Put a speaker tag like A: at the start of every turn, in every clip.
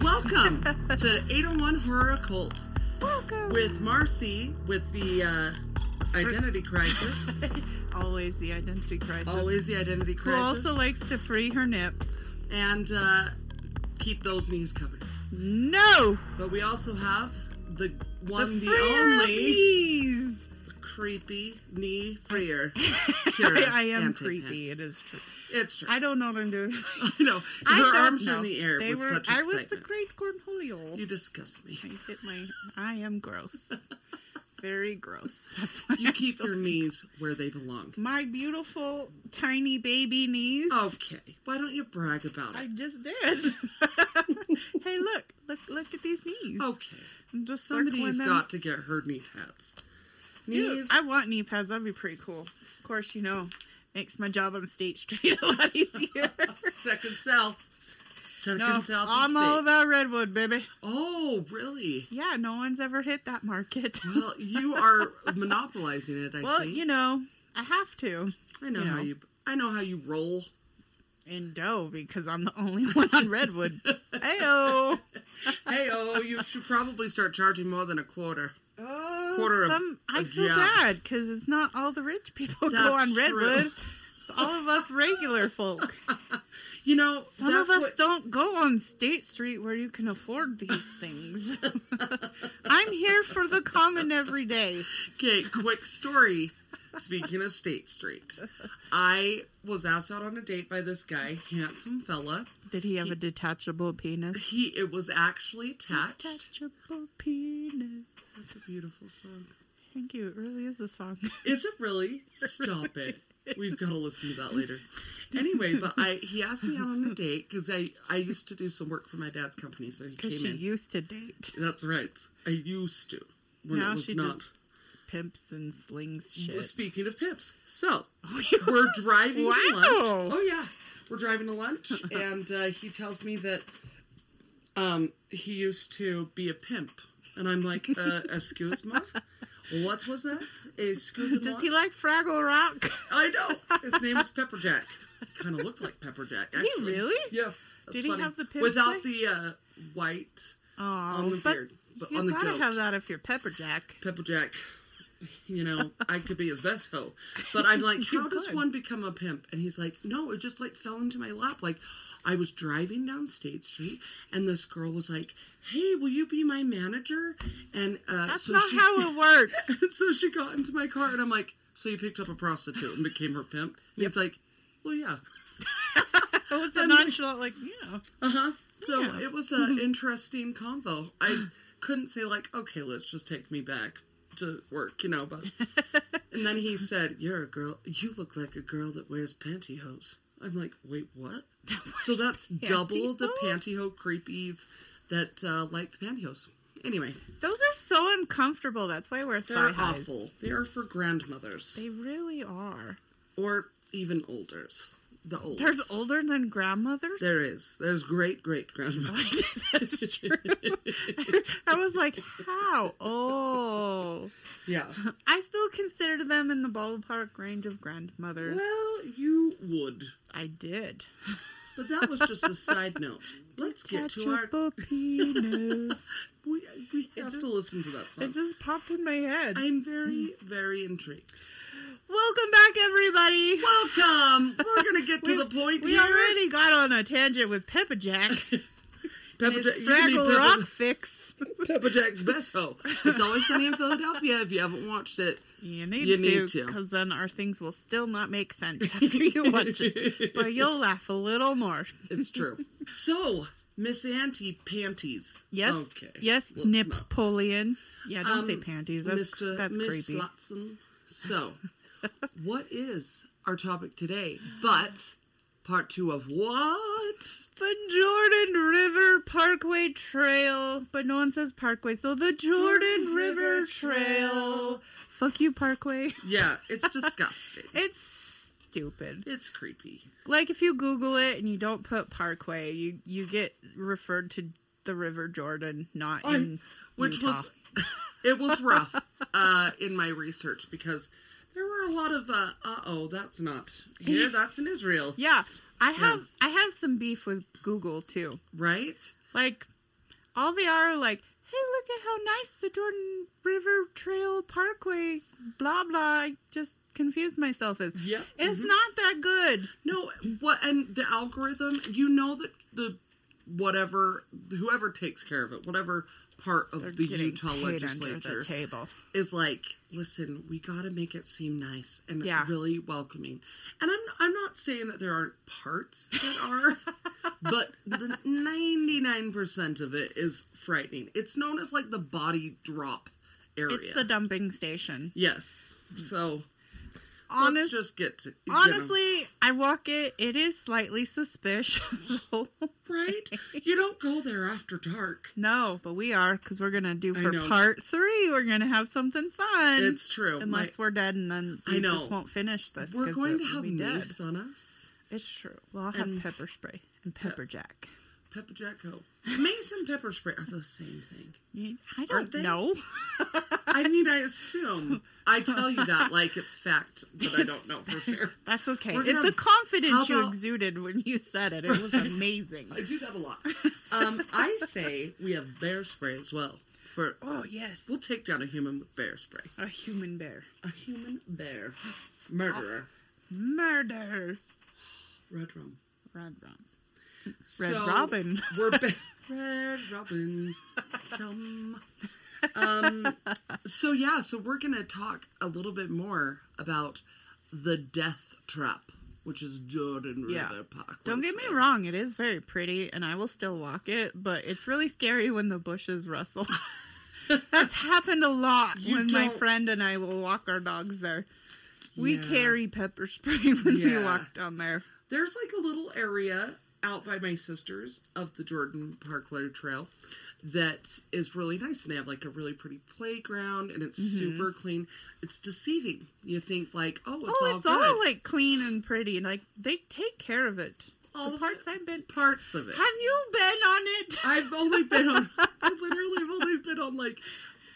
A: Welcome to 801 Horror Occult
B: Welcome.
A: with Marcy with the uh, identity crisis.
B: always the identity crisis.
A: Always the identity
B: Who
A: crisis.
B: also likes to free her nips.
A: and uh, keep those knees covered.
B: No,
A: But we also have the
B: the
A: one, the,
B: freer of
A: only
B: knees.
A: creepy knee freer.
B: I,
A: Kira
B: I am
A: Hampton
B: creepy.
A: Hicks.
B: It is true.
A: It's true.
B: I don't know what I'm doing.
A: I know.
B: I
A: Her
B: don't
A: arms
B: know.
A: are in the air
B: They
A: with
B: were.
A: such
B: I
A: excitement.
B: was the great cornholio.
A: you disgust me.
B: I hit my. I am gross. Very gross. That's why
A: You
B: I'm
A: keep
B: so
A: your
B: sick.
A: knees where they belong.
B: My beautiful tiny baby knees.
A: Oh. Okay. Why don't you brag about
B: I
A: it?
B: just did. hey, look, look, look at these knees.
A: Okay.
B: I'm just
A: Oh, Somebody's
B: circling them.
A: got to get her knee pads.
B: Dude,
A: Knees.
B: I want knee pads. That'd be pretty cool. Of course, you know, makes my job on State Street a lot easier.
A: second south. Second
B: no,
A: south.
B: I'm
A: estate.
B: all about redwood, baby.
A: Oh, really?
B: Yeah, no one's ever hit that market.
A: Well, you are monopolizing it. I
B: well,
A: think.
B: you know, I have to.
A: I know
B: you
A: how
B: know.
A: you. I know how you roll.
B: And dough because I'm the only one on redwood. Ayo.
A: Hey, oh, you should probably start charging more than a quarter.
B: Oh,
A: Quarter of
B: some, I
A: a
B: feel
A: job.
B: bad because it's not all the rich people
A: That's
B: go on
A: true.
B: redwood. It's all of us regular folk.
A: You know,
B: Some
A: that's
B: of us
A: what-
B: don't go on State Street where you can afford these things. I'm here for the common every day.
A: Okay, quick story. Speaking of State Street, I was asked out on a date by this guy, handsome fella.
B: Did he have a detachable penis?
A: He it was actually attached.
B: Detachable penis.
A: It's a beautiful song.
B: Thank you. It really is a song.
A: Is it really? Stop it. We've got to listen to that later. Anyway, but I he asked me out on a date because I I used to do some work for my dad's company, so he came
B: Because she
A: in.
B: used to date.
A: That's right. I used to when
B: Now
A: it was
B: she
A: not.
B: just pimps and slings shit.
A: Speaking of pips, so
B: you
A: we're driving
B: Oh, Wow.
A: to lunch. Oh yeah, we're driving to lunch, and uh, he tells me that um, he used to be a pimp, and I'm like, uh, excuse me, what was that? Excuse me.
B: Does he like Fraggle Rock?
A: I know. His name was Pepper Jack. Kind of looked like Pepper Jack. Did
B: he really?
A: Yeah. That's
B: Did he
A: funny.
B: have the pimp's
A: without
B: leg?
A: the uh, white on the
B: but
A: beard, but
B: you
A: on the
B: gotta
A: goat.
B: have that if you're Pepper Jack.
A: Pepper Jack. You know, I could be his best hoe, but I'm like,
B: You
A: how does
B: could.
A: one become a pimp? And he's like, no, it just like fell into my lap. Like, I was driving down State Street, and this girl was like, "Hey, will you be my manager?" And uh,
B: That's
A: so
B: not
A: she,
B: how it works.
A: and so she got into my car, and I'm like, "So you picked up a prostitute and became her pimp?" And He's like, "Well, yeah."
B: Oh, it's a nonchalant, like, yeah.
A: So
B: Yeah.
A: it was an interesting combo. I couldn't say like, "Okay, let's just take me back to work," you know. But and then he said, "You're a girl. You look like a girl that wears pantyhose." I'm like, "Wait, what?" so that's double the
B: pantyhose?
A: pantyhose creepies that uh, like the pantyhose. Anyway,
B: Those are so uncomfortable. That's why we're
A: they're
B: thigh highs.
A: awful. They are for grandmothers
B: They really are.
A: or even olders. The olders.
B: There's older than grandmothers.
A: There is. There's great great grandmother.
B: That's true. I was like, how? Oh,
A: yeah.
B: I still consider them in the ballpark range of grandmothers.
A: Well, you would.
B: I did.
A: But that was just a side note. Let's get to our.
B: Detachable penis.
A: We, we have
B: just-
A: to listen to that song.
B: it just popped in my head.
A: I'm very, very intrigued.
B: Welcome back, everybody.
A: Welcome! We're going to get to the point
B: we
A: here.
B: already got on a tangent with Peppa Jack and
A: Peppa
B: his
A: Jack, you can be
B: Fraggle Rock
A: Peppa,
B: fix.
A: Peppa Jack's best hoe. It's always sunny in Philadelphia if you haven't watched it.
B: You need
A: You
B: to,
A: need to.
B: because then our things will still not make sense after you watch it. But you'll laugh a little more.
A: It's true. So, Miss Auntie Panties.
B: Yes.
A: Okay.
B: Yes.
A: let's not.
B: Napoleon. Yeah. Don't say
A: Um,
B: panties. That's
A: Mr.
B: that's
A: Miss
B: creepy.
A: Slotson. So, what is our topic today? But part two of what?
B: the Jordan River Parkway Trail, but no one says Parkway, so the Jordan River Trail. Fuck you, Parkway.
A: Yeah, it's disgusting.
B: It's stupid.
A: it's creepy.
B: like if you google it and you don't put parkway you you get referred to the river jordan not in
A: Which
B: Utah.
A: was it was rough uh, in my research because there were a lot of uh oh that's not here that's in Israel
B: yeah i have i have some beef with google too
A: right
B: like all they are are like, hey, look at how nice the Jordan River Trail Parkway, blah, blah. I just confused myself. Is
A: Yeah, mm-hmm.
B: It's not that good.
A: No, what and the algorithm, you know that the whatever whoever takes care of it, whatever part of the
B: Getting
A: Utah
B: paid
A: legislature
B: Under the table.
A: is like, listen, we got to make it seem nice and
B: Yeah.
A: really welcoming. And I'm I'm not saying that there aren't parts that are, but the 99% of it is frightening. It's known as like the body drop area.
B: It's the dumping station.
A: yes. So let's
B: Honest,
A: just get to you know,
B: honestly, I walk it. It is slightly suspicious. though.
A: right? You don't go there after dark.
B: no, but we are because we're gonna do for
A: know.
B: part three. We're gonna have something fun.
A: It's true.
B: Unless
A: My-
B: we're dead, and then we
A: I know.
B: just won't finish this.
A: we're
B: 'cause
A: going
B: it
A: to
B: will
A: have
B: be dead.
A: moose on us.
B: It's true. Well, I'll have pepper spray and pepper jack.
A: Pepper Jacko. Mace and pepper spray are the same thing.
B: You- I
A: Aren't
B: don't
A: they?
B: know.
A: I mean, I assume. I tell you that like it's fact, but I don't know for sure.
B: That's okay.
A: We're
B: It-
A: gonna-
B: the confidence
A: how
B: you
A: about-
B: exuded when you said it, it was amazing.
A: I do that a lot. Um, I say we have bear spray as well. For
B: oh yes,
A: we'll take down a human with bear spray.
B: a human bear
A: A human bear murderer.
B: murder.
A: Red rum.
B: Red Robin.
A: Red
B: Robin.
A: We're ba- Red Robin. Yum. Um, so yeah, so we're gonna talk a little bit more about the death trap, which is Jordan River
B: Yeah.
A: Park.
B: Don't get me wrong, it is very pretty, and I will still walk it, but it's really scary when the bushes rustle. That's happened a lot
A: You
B: when my
A: don't-
B: friend and I will walk our dogs there. We
A: Yeah.
B: carry pepper spray when we
A: Yeah.
B: walk down there.
A: There's like a little area out by my sister's of the Jordan Parkway Trail that is really nice and they have like a really pretty playground and it's
B: Mm-hmm.
A: super clean. It's deceiving. You think like, oh, it's
B: Oh,
A: all
B: it's
A: good.
B: all like clean and pretty, and like they take care of it.
A: All
B: the
A: of
B: parts
A: it.
B: I've been.
A: parts of it.
B: Have you been on it?
A: I've only been on. I literally have only been on like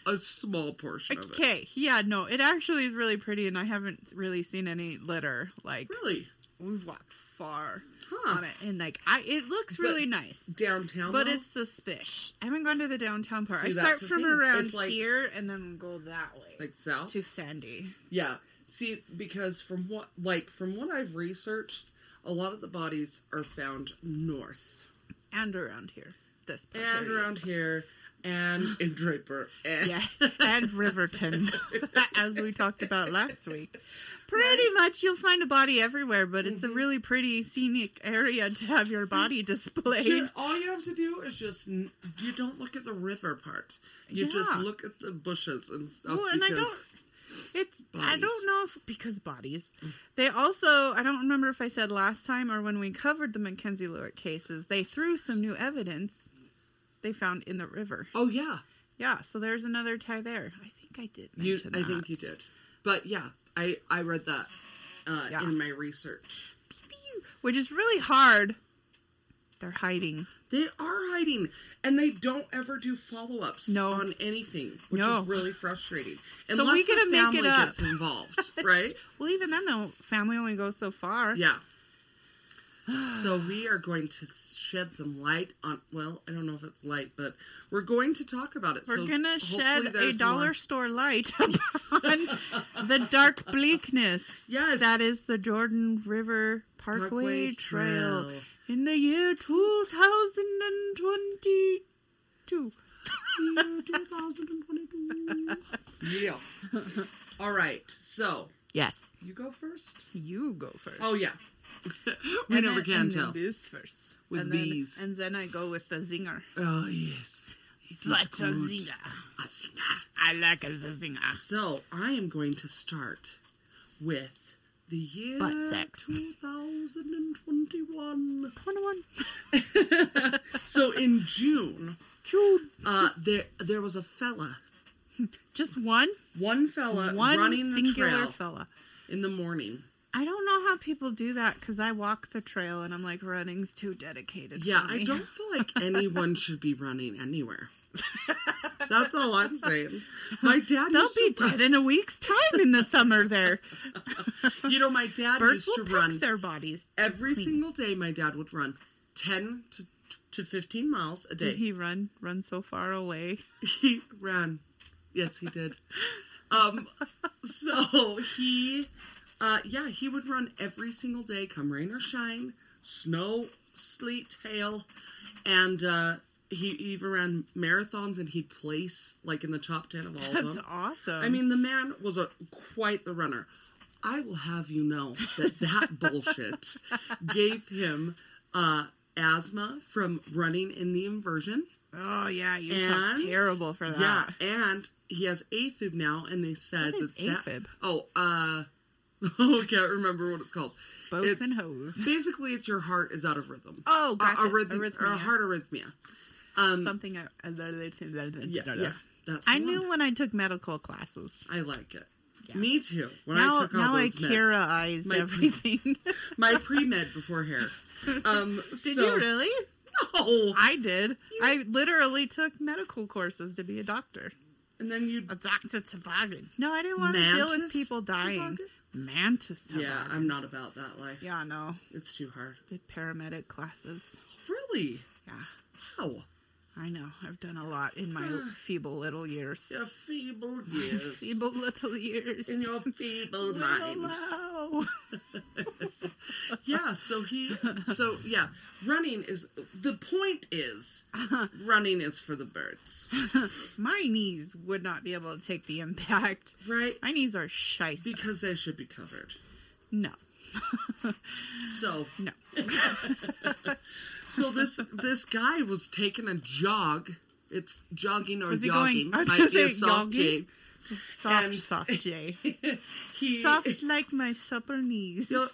A: a small portion of it.
B: Okay, yeah, no, it actually is really pretty, and I haven't really seen any litter. Like
A: Really,
B: we've walked far
A: Huh.
B: on it, and like I, it looks really nice.
A: downtown.
B: But
A: though?
B: it's suspicious. I haven't gone to the downtown part.
A: See,
B: I
A: that's
B: start
A: the
B: from
A: thing.
B: around
A: It's like-
B: here and then go that way
A: like south.
B: to Sandy.
A: yeah. See, because from what like from what I've researched, a lot of the bodies are found north
B: and around here. This part
A: and around here and in Draper. And
B: Yeah, and Riverton, as we talked about last week. Pretty much, you'll find a body everywhere, but it's
A: Mm-hmm.
B: a really pretty scenic area to have your body displayed.
A: You- all you have to do is just n- you don't look at the river part. You just
B: Yeah.
A: look at the bushes and stuff.
B: Well, and I
A: because
B: don't. It's I
A: Bodies. Mm.
B: don't know if because bodies. They also I don't remember if I said last time or when we covered the Mackenzie Lewis cases. They threw some new evidence they found in the river.
A: oh yeah,
B: Yeah, so there's another tie there. I think I did
A: You,
B: mention
A: I think you
B: that.
A: did. But yeah, I I read that uh,
B: Yeah.
A: in my research.
B: Pew, Which is really hard. They're hiding.
A: They are hiding, and they don't ever do follow ups
B: No.
A: on anything, which
B: No.
A: is really frustrating.
B: So we gotta
A: the
B: make it
A: family
B: up.
A: gets involved, right?
B: Well, even then though, family only goes so far.
A: Yeah. So we are going to shed some light on. Well, I don't know if it's light, but we're going to talk about it.
B: We're
A: so
B: gonna
A: hopefully
B: shed a
A: there's
B: dollar
A: more-
B: store light upon the dark bleakness
A: Yes.
B: that is the Jordan River Parkway,
A: Parkway
B: Trail.
A: Trail.
B: in the year 2022.
A: Year 2022. yeah. All right. So
B: Yes,
A: you go first.
B: you go first.
A: Oh yeah. we
B: And
A: never
B: then-
A: can
B: and then
A: tell.
B: This first
A: With
B: and then,
A: these.
B: and then I go with the zinger.
A: Oh yes.
B: Such a
A: good.
B: zinger.
A: A singer.
B: I like a zinger.
A: So I am going to start with the year
B: Butt sex.
A: 2021.
B: Twenty-one.
A: so in June,
B: Chewed.
A: uh, there there was a fella,
B: Just one,
A: one fella
B: one
A: Uh, running the
B: singular
A: trail
B: fella.
A: in the morning.
B: I don't know how people do that because I walk the trail and I'm like, running's too dedicated.
A: Yeah,
B: for
A: I
B: me.
A: don't feel like anyone should be running anywhere. That's all I'm saying. My dad
B: They'll
A: used
B: be
A: to run-
B: dead in a week's time in the summer. There,
A: You know, my dad
B: birds
A: used
B: will
A: to
B: pick
A: run
B: their bodies.
A: every single day my dad would run 10 to to 15 miles a day.
B: Did he run run so far away?
A: he ran. Yes, he did. Um, so he, uh, yeah, he would run every single day, come rain or shine, snow, sleet, hail, and uh, he even ran marathons and he'd place like in the top ten of all of them.
B: That's awesome.
A: I mean, the man was a quite the runner. I will have you know that that bullshit gave him uh, asthma from running in the inversion.
B: oh yeah, you talk terrible for that.
A: Yeah, and he has AFib now, and they said
B: What is
A: that, that-
B: AFib?
A: oh, uh, oh, can't remember what it's called.
B: Boats
A: It's-
B: and hose.
A: Basically, it's your heart is out of rhythm. Uh,
B: Oh, gotcha.
A: A- arrhythm- or
B: Arrhythmia.
A: heart arrhythmia.
B: Something. I, yeah,
A: um, Yeah, yeah. That's
B: I
A: the
B: knew
A: one.
B: when I took medical classes.
A: I like it. Me too. When I
B: Now,
A: took all
B: now I
A: those meds.
B: Kira eyes
A: My-
B: everything.
A: my pre med before hair. Um,
B: did
A: so-
B: you really?
A: No.
B: I did. I literally took medical courses to be a doctor.
A: And then you.
B: A doctor toboggan. No, I didn't want to deal with
A: Mantis
B: people dying.
A: toboggan?
B: Mantis
A: Yeah,
B: toboggan.
A: I'm not about that life.
B: Yeah, no.
A: It's too hard.
B: Did paramedic classes.
A: Really?
B: Yeah.
A: Wow.
B: I know. I've done a lot in my feeble little years.
A: Your feeble years.
B: Feeble little years.
A: In your feeble
B: Little
A: mind.
B: low.
A: Yeah, so he. So, yeah. Running is. The point is, running is for the birds.
B: my knees would not be able to take the impact.
A: Right?
B: My knees are shice.
A: Because they should be covered.
B: no.
A: So.
B: No.
A: So this this guy was taking a jog. It's jogging or
B: Was he
A: jogging.
B: going- I was
A: Might
B: gonna
A: be a
B: say
A: soft
B: jogging.
A: J.
B: Soft,
A: And-
B: soft J.
A: He-
B: soft like my supple knees.
A: You're-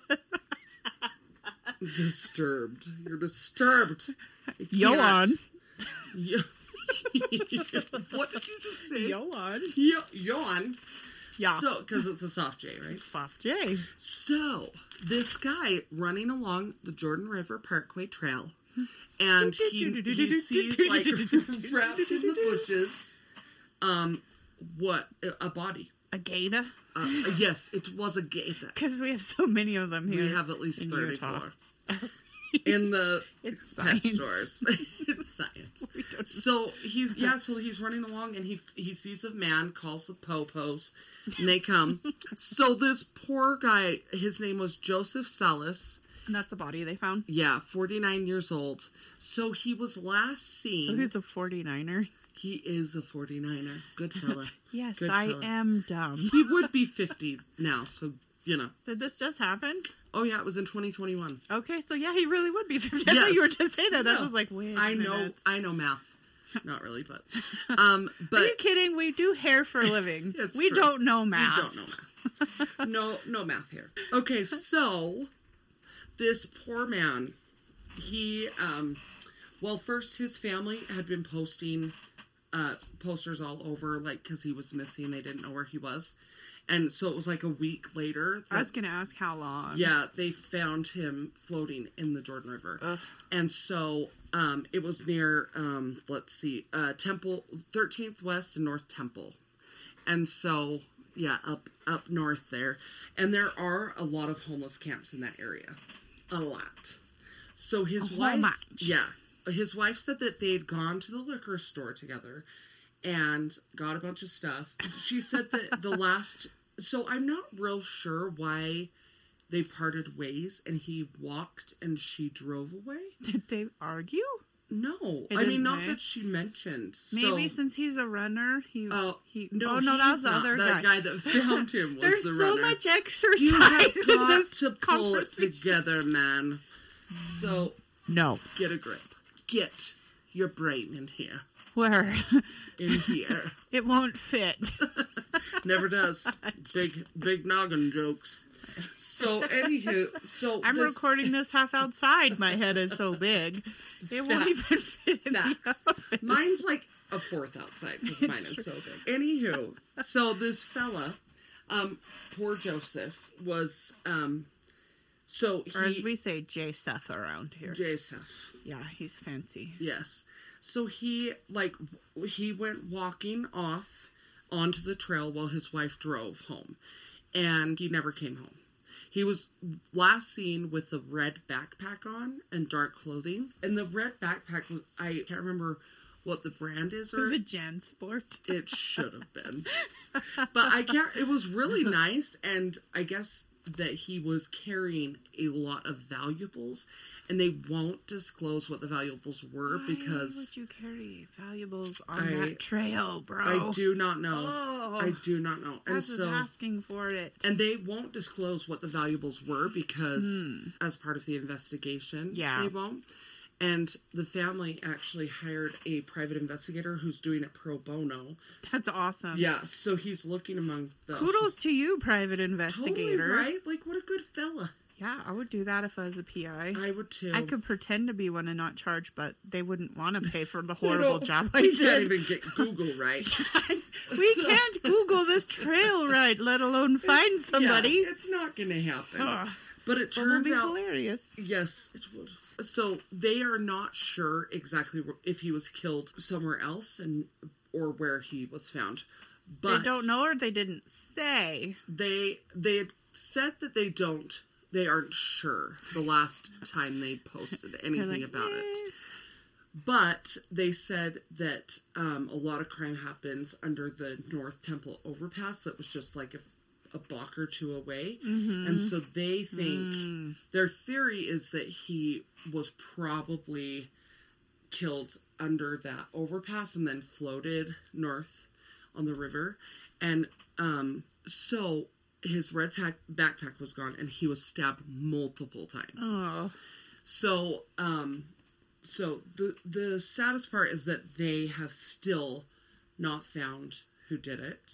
A: disturbed. You're disturbed. I
B: Yo on.
A: can't. Yo- what did you just say?
B: Yo on.
A: Yo- yawn.
B: Yeah.
A: So, because it's a soft J, right?
B: Soft J.
A: So, this guy running along the Jordan River Parkway Trail, and he, he sees like wrapped in the bushes, um, what a body.
B: A gator?
A: Uh, yes, it was a gator.
B: Because we have so many of them here.
A: We have at least
B: in Utah.
A: thirty-four in the
B: It's
A: pet
B: science.
A: stores. it's science. So he's yeah. So he's running along and he he sees a man, calls the popos, and they come. so this poor guy, his name was Joseph Salas.
B: And that's the body they found.
A: Yeah, forty nine years old. So he was last
B: So
A: seen.
B: he's a 49er.
A: he is a 49er. Good fella.
B: Yes,
A: Good
B: I
A: fella.
B: am dumb.
A: He would be fifty now. So you know.
B: Did this just happen?
A: Oh yeah, it was in twenty twenty one.
B: Okay, so yeah, he really would be 50. I thought you were
A: Yes.
B: just saying that. That
A: No.
B: was like, wait.
A: I
B: a
A: know,
B: minute.
A: I know math. Not really, but um, but
B: Are you kidding? We do hair for a living.
A: It's
B: we
A: true.
B: don't know math.
A: We don't know math. no, no math here. Okay, so this poor man, he, um, well, first his family had been posting uh, posters all over, like because he was missing, they didn't know where he was, and so it was like a week later.
B: I
A: that-
B: was going to ask how long.
A: yeah, they found him floating in the Jordan River. And so um, it was near, um, let's see, uh, Temple, 13th West and North Temple. And so, yeah, up up north there. And there are a lot of homeless camps in that area. A lot. So his
B: whole
A: wife,
B: bunch.
A: yeah, his wife said that they had gone to the liquor store together and got a bunch of stuff. She said that the last, so I'm not real sure why they parted ways, and he walked and she drove away.
B: Did they argue?
A: No,
B: It
A: I mean
B: didn't
A: not
B: say.
A: that she mentioned. so,
B: Maybe since he's a runner, he.
A: oh,
B: he
A: no,
B: oh, no, that was
A: he's
B: the
A: not.
B: other
A: that
B: guy.
A: guy. that found him was
B: There's
A: the
B: so
A: runner.
B: much
A: you have
B: exercise in
A: got
B: this
A: to pull it
B: conversation.
A: together, man. So
B: No.
A: get a grip. Get your brain in here.
B: Where?
A: In here.
B: it won't fit.
A: Never does. Big big noggin jokes. So anywho, so
B: I'm
A: this-
B: recording this half outside. My head is so big. It won't even fit in
A: Facts.
B: the office.
A: Mine's like a fourth outside because mine is so big. Anywho, so this fella, um, poor Joseph was um, so he
B: Or as we say, J Seth around here.
A: Joseph,
B: yeah, he's fancy.
A: yes. So he like w- he went walking off onto the trail while his wife drove home, and he never came home. He was last seen with the red backpack on and dark clothing. And the red backpack was, I can't remember what the brand is or
B: Is it JanSport?
A: it should have been. But I can't it was really nice and I guess that he was carrying a lot of valuables and they won't disclose what the valuables were because
B: Why would you carry valuables on
A: I-
B: that trail, bro?
A: I do not know.
B: Oh.
A: I do not know. And
B: That's just
A: so
B: asking for it.
A: and they won't disclose what the valuables were because as part of the investigation
B: Hmm. Yeah.
A: they won't and the family actually hired a private investigator who's doing it pro bono
B: That's awesome.
A: yeah so he's looking among the
B: Kudos to you, private
A: totally
B: investigator.
A: right like what a good fella
B: Yeah, I would do that if I was a PI.
A: i would too
B: I could pretend to be one and not charge, but they wouldn't want to pay for the
A: You know,
B: horrible job I
A: we can't
B: did.
A: even get google right
B: we can't Google this trail right, let alone find somebody.
A: Yeah, it's not gonna happen but it
B: It would
A: turns
B: be
A: out
B: hilarious.
A: Yes, it would. So they are not sure exactly wh- if he was killed somewhere else and or where he was found. But
B: They don't know or they didn't say.
A: They they had said that they don't. They aren't sure. The last time they posted anything
B: like,
A: about
B: "Eh."
A: it. But they said that um, a lot of crime happens under the North Temple overpass that was just like a, a block or two away. And so they think their theory is that he was probably killed under that overpass and then floated north on the river. And um, so his red pack backpack was gone and he was stabbed multiple times.
B: Oh,
A: So, um, so the the saddest part is that they have still not found who did it,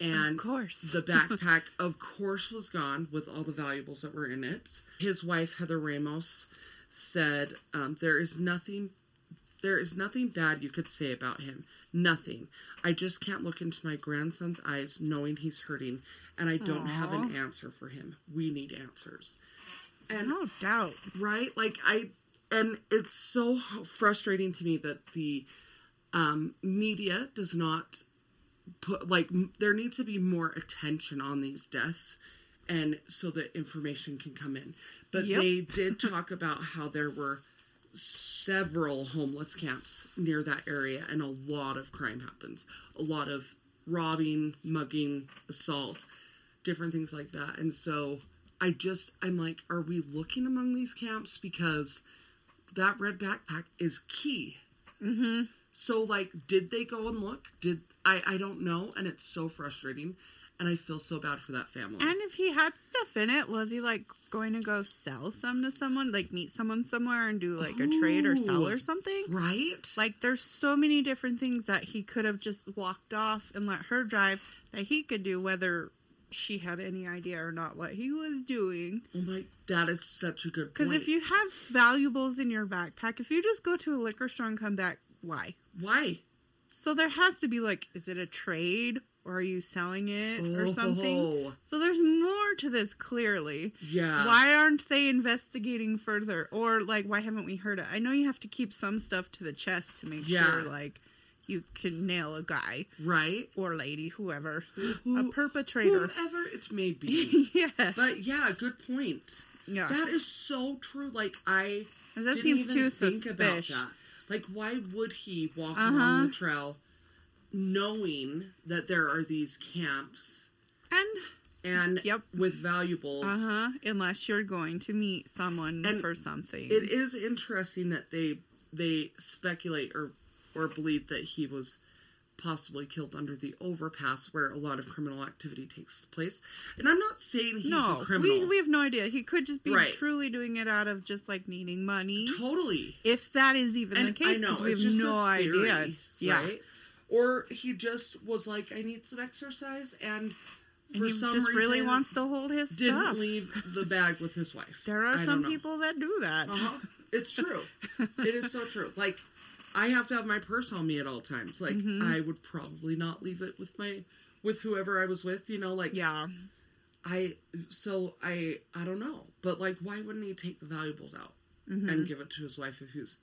A: and
B: Of course.
A: the backpack, of course, was gone with all the valuables that were in it. His wife Heather Ramos said, um, "There is nothing." There is nothing bad you could say about him. Nothing. I just can't look into my grandson's eyes knowing he's hurting, and I don't have an answer for him. We need answers
B: no doubt.
A: right like i and it's so h- frustrating to me that the um media does not put like m- there needs to be more attention on these deaths and so that information can come in but
B: Yep.
A: they did talk about how there were several homeless camps near that area and a lot of crime happens a lot of robbing mugging assault different things like that and so i just i'm like are we looking among these camps because that red backpack is key
B: Mm-hmm.
A: so like did they go and look did i i don't know and it's so frustrating and i feel so bad for that family
B: And if he had stuff in it, was he like going to go sell some to someone, like meet someone somewhere and do like a trade or sell or
A: Ooh.
B: something?
A: right
B: Like, there's so many different things that he could have just walked off and let her drive that he could do, whether she had any idea or not what he was doing.
A: oh my that is such a good
B: Because
A: point
B: if you have valuables in your backpack, if you just go to a liquor store and come back, why?
A: why
B: So there has to be like, is it a trade or are you selling it or something?
A: Oh.
B: So there's more to this clearly.
A: Yeah.
B: Why aren't they investigating further? Or like, why haven't we heard it? I know you have to keep some stuff to the chest to make
A: Yeah.
B: sure like you can nail a guy
A: right
B: or lady, whoever, a
A: Who-
B: perpetrator.
A: whomever it may be
B: yes.
A: but yeah good point
B: Yeah.
A: that is so true like i
B: And that
A: didn't
B: seems
A: even
B: too
A: think about
B: suspish.
A: that. like why would he walk
B: Uh-huh.
A: along the trail knowing that there are these camps
B: and
A: and
B: Yep.
A: with valuables
B: Uh huh. Unless you're going to meet someone
A: Uh-huh. And
B: for something.
A: it is interesting that they they speculate or or believe that he was possibly killed under the overpass where a lot of criminal activity takes place. And I'm not saying he's
B: no,
A: a criminal.
B: we, we have no idea. He could just be
A: Right.
B: truly doing it out of just like needing money.
A: totally.
B: If that is even the
A: And I
B: case,
A: know
B: because we
A: it's
B: have
A: just a
B: no
A: theory,
B: idea. It's, yeah.
A: Right? Or he just was like, I need some exercise, and
B: And
A: for
B: he
A: some
B: just
A: reason
B: really wants to hold his
A: didn't
B: stuff.
A: leave the bag with his wife.
B: There are
A: I don't
B: some
A: know.
B: people that do that.
A: Uh-huh. It's true. it is so true. Like, I have to have my purse on me at all times. Like,
B: Mm-hmm.
A: I would probably not leave it with my with whoever I was with. You know, like
B: Yeah.
A: I. So I. I don't know. But like, why wouldn't
B: Mm-hmm.
A: he take the valuables out and give it to his wife if he's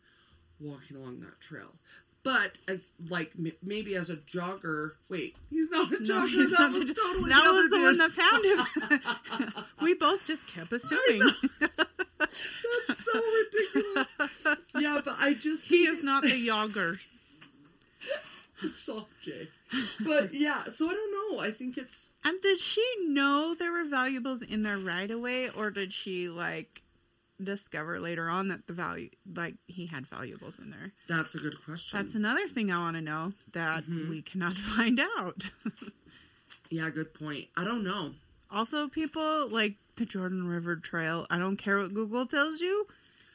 A: walking along that trail? But uh, like m- maybe as a jogger, wait, he's not a jogger.
B: No, he's
A: that
B: not
A: was
B: the-
A: totally
B: that was
A: another
B: the one
A: dude.
B: that found him. we both just kept assuming
A: That's so ridiculous. yeah, but I just
B: he
A: think
B: is not the yogger.
A: it's soft J. But yeah, so I don't know. I think it's
B: And did she know there were valuables in there right away, or did she like discover later on that the value, like he had valuables in there?
A: that's a good question.
B: That's Mm-hmm. another thing I want to know that we cannot find out.
A: yeah, good point. I don't know.
B: also, people like the Jordan River Trail. I don't care what Google tells you.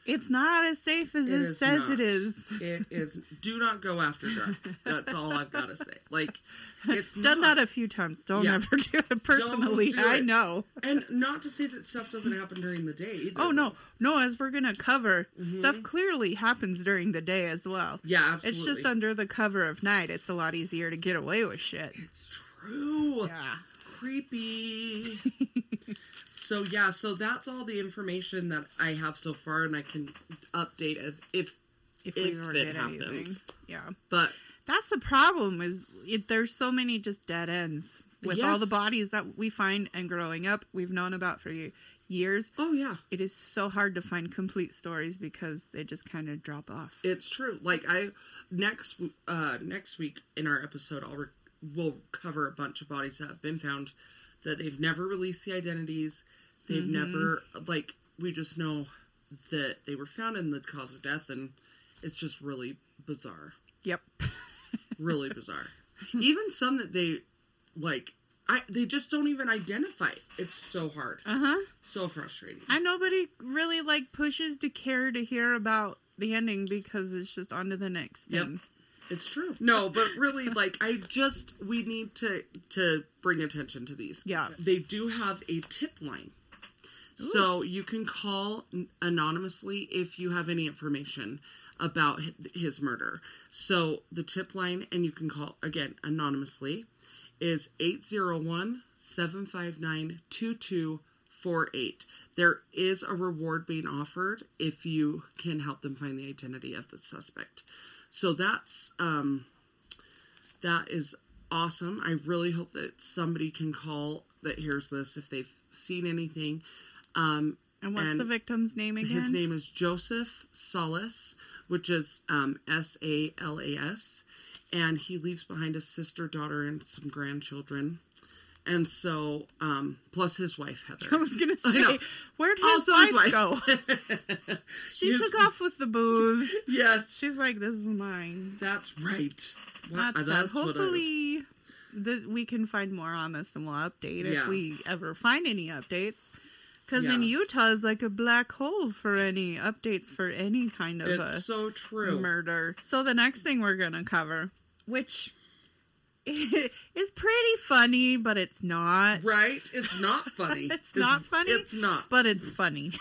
B: It's not as safe as it,
A: is
B: says
A: not.
B: it is.
A: It is. Do not go after dark. That's all I've got to say. Like, it's
B: Done
A: not,
B: that a few times. Don't
A: Yeah.
B: ever do it personally.
A: do
B: I
A: it.
B: know.
A: and not to say that stuff doesn't happen during the day. Either,
B: Oh no,
A: though.
B: no. As we're gonna cover,
A: Mm-hmm.
B: stuff clearly happens during the day as well.
A: Yeah, absolutely.
B: It's just under the cover of night. It's a lot easier to get away with shit.
A: It's true.
B: Yeah.
A: Creepy. so yeah, so that's all the information that I have so far, and I can update if, if
B: If we
A: If
B: ever
A: it
B: get anything.
A: happens.
B: Yeah.
A: but
B: That's the problem is it, there's so many just dead ends with all the
A: Yes.
B: bodies that we find and growing up we've known about for ye- years.
A: oh yeah,
B: It is so hard to find complete stories because they just kind of drop off.
A: it's true. Like I next uh next week in our episode, I'll re- we'll cover a bunch of bodies that have been found that they've never released the identities. They've never like we just know that they were found in the cause of death, and it's just really bizarre.
B: Yep.
A: really bizarre. even some that they like, I they just don't even identify. It's so hard,
B: Uh huh.
A: so frustrating.
B: And nobody really like pushes to care to hear about the ending because it's just on to the next
A: Yep.
B: thing.
A: It's true. Mm. No, but really, like I just we need to to bring attention to these.
B: Yeah.
A: they do have a tip line. So you can call n- anonymously if you have any information about hi- his murder. So the tip line, and you can call again anonymously, is 801-759-2248. There is a reward being offered if you can help them find the identity of the suspect. So that's um that is awesome. I really hope that somebody can call that hears this if they've seen anything.
B: And what's
A: And
B: the victim's name again?
A: His name is Joseph Salas, which is um, S A L A S, and he leaves behind a sister, daughter, and some grandchildren. And so, um, plus his wife
B: I
A: Heather.
B: was gonna
A: know.
B: say, where'd his
A: Also his
B: wife, go? she
A: His-
B: took off with the booze.
A: yes,
B: She's like, "This is mine."
A: that's right. Well,
B: That's,
A: what I-
B: sad. Hopefully, this we can find more on this, and we'll update if
A: Yeah.
B: we ever find any updates. Because in
A: Yeah.
B: Utah is like a black hole for any updates for any kind of a
A: it's so true.
B: murder. So the next thing we're gonna cover, which is pretty funny, but it's not.
A: Right? It's not funny.
B: It's, not funny.
A: It's not.
B: but it's funny.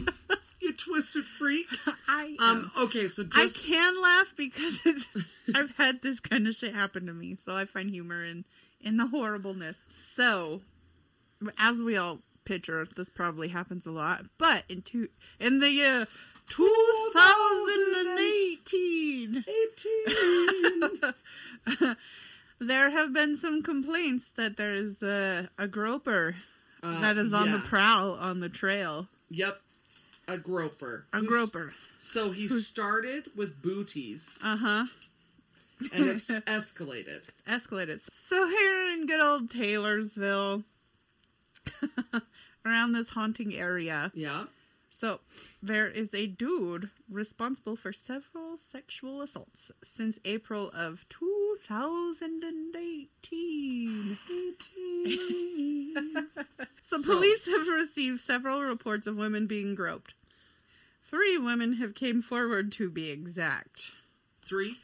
A: you twisted freak.
B: I
A: Um. Okay. So
B: I
A: just
B: can laugh because it's I've had this kind of shit happen to me, so I find humor in in the horribleness. So, as we all picture, this probably happens a lot. But in two in the year 2018,
A: 18.
B: there have been some complaints that there is a a groper that is on the
A: Uh, yeah.
B: prowl on the trail.
A: yep. A groper.
B: A
A: Who's-
B: groper,
A: So he started with booties
B: uh huh.
A: and it's escalated.
B: escalated. So here in good old Taylorsville, around this haunting area,
A: Yeah.
B: so there is a dude responsible for several sexual assaults since April of 2018. So,
A: So-
B: police have received several reports of women being groped. Three women have came forward to be exact.
A: Three.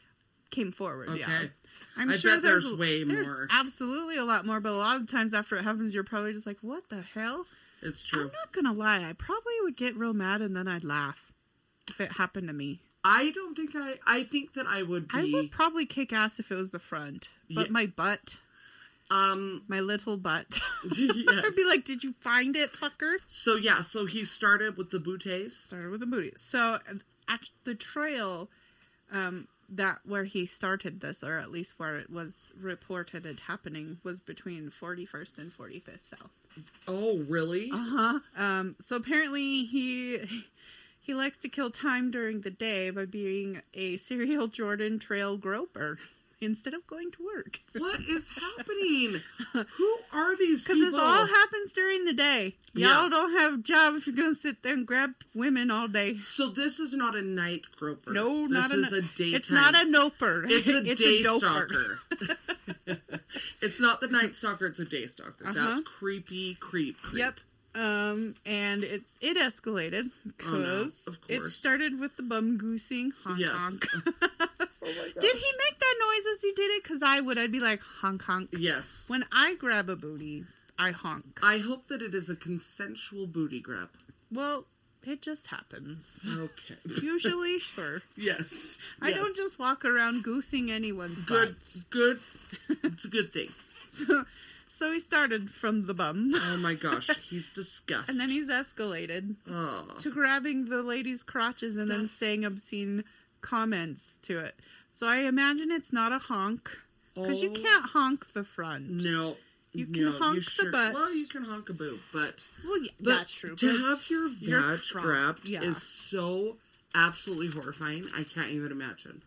B: Came forward, yeah.
A: Okay.
B: I'm
A: I
B: sure
A: bet
B: there's,
A: there's way
B: there's
A: more.
B: Absolutely, a lot more. But a lot of times after it happens, you're probably just like, "What the hell?"
A: It's
B: I'm
A: true.
B: not gonna lie. I probably would get real mad and then I'd laugh if it happened to me.
A: I don't think I. I think that I would
B: I
A: be.
B: would probably kick ass if it was the front, but
A: Yeah.
B: my butt,
A: Um.
B: my little butt, I'd
A: yes.
B: be like, "Did you find it, fucker?"
A: So yeah. So he started with the booties.
B: Started with the booty. So at the trail, um, that where he started this, or at least where it was reported it happening, was between 41st and 45th South.
A: Oh, really?
B: Uh-huh. Um, so apparently he he likes to kill time during the day by being a serial Jordan Trail groper instead of going to work.
A: What is happening? Who are these
B: Because this
A: people?
B: all happens during the day. Y'all
A: Yeah.
B: don't have a job if you're gonna sit there and grab women all day.
A: so this is not a night groper.
B: No,
A: this
B: not
A: is
B: a,
A: a
B: no-
A: daytime.
B: It's not a noper.
A: It's a day
B: doper.
A: stalker. it's not the night stalker. It's a day stalker. That's
B: Uh-huh.
A: creepy, creep, creep.
B: Yep. Um, and it's it escalated
A: Oh, no.
B: because
A: Of
B: it
A: course.
B: started with the bum goosing honk
A: Yes.
B: honk.
A: Oh my god.
B: Did he make that noise as he did it? Because I would. I'd be like honk honk.
A: Yes.
B: When I grab a booty, I honk.
A: I hope that it is a consensual booty grab.
B: Well, it just happens.
A: Okay.
B: Usually, sure.
A: yes.
B: I don't
A: Yes.
B: just walk around goosing anyone's
A: good.
B: butt.
A: Good. It's a good thing.
B: So, so he started from the bum,
A: Oh my gosh, he's disgusted.
B: and then he's escalated
A: Oh.
B: to grabbing the lady's crotches and then saying obscene comments to it. So I imagine it's not a honk because you
A: Oh.
B: can't honk the front.
A: No.
B: You can
A: no,
B: honk the butt.
A: Well, you can honk a boo, but,
B: Well, yeah,
A: but
B: that's true.
A: To
B: but
A: have your
B: your
A: vag
B: crotch-
A: grabbed
B: yeah.
A: is so absolutely horrifying. I can't even imagine.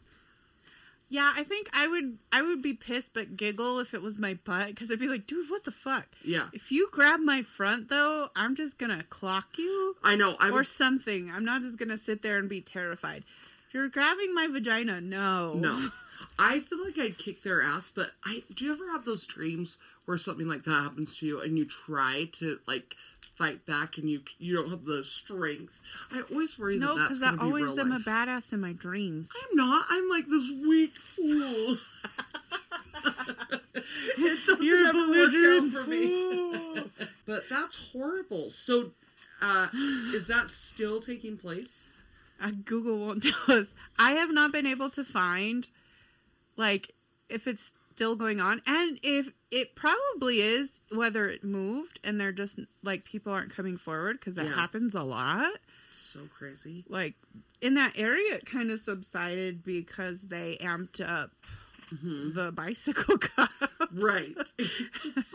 B: Yeah, I think I would I would be pissed but giggle if it was my butt because I'd be like, dude, what the fuck?
A: Yeah.
B: If you grab my front though, I'm just gonna clock you
A: I know. I
B: or
A: would.
B: something. I'm not just gonna sit there and be terrified. You're grabbing my vagina. No.
A: No. I feel like I'd kick their ass, but I do you ever have those dreams where something like that happens to you and you try to like fight back and you you don't have the strength? I always worry
B: No,
A: that that's
B: because I
A: going to be
B: always
A: real
B: am
A: life.
B: a badass in my dreams.
A: I'm not. I'm like this weak fool. it doesn't
B: You're a
A: ever work out
B: belligerent
A: for me.
B: fool.
A: But that's horrible. So, uh, is that still taking place?
B: Uh, Google won't tell us. I have not been able to find, like, if it's still going on, and if it probably is, whether it moved and they're just like people aren't coming forward because that
A: Yeah.
B: happens a lot.
A: So crazy.
B: Like in that area, it kind of subsided because they amped up the bicycle cops.
A: Right.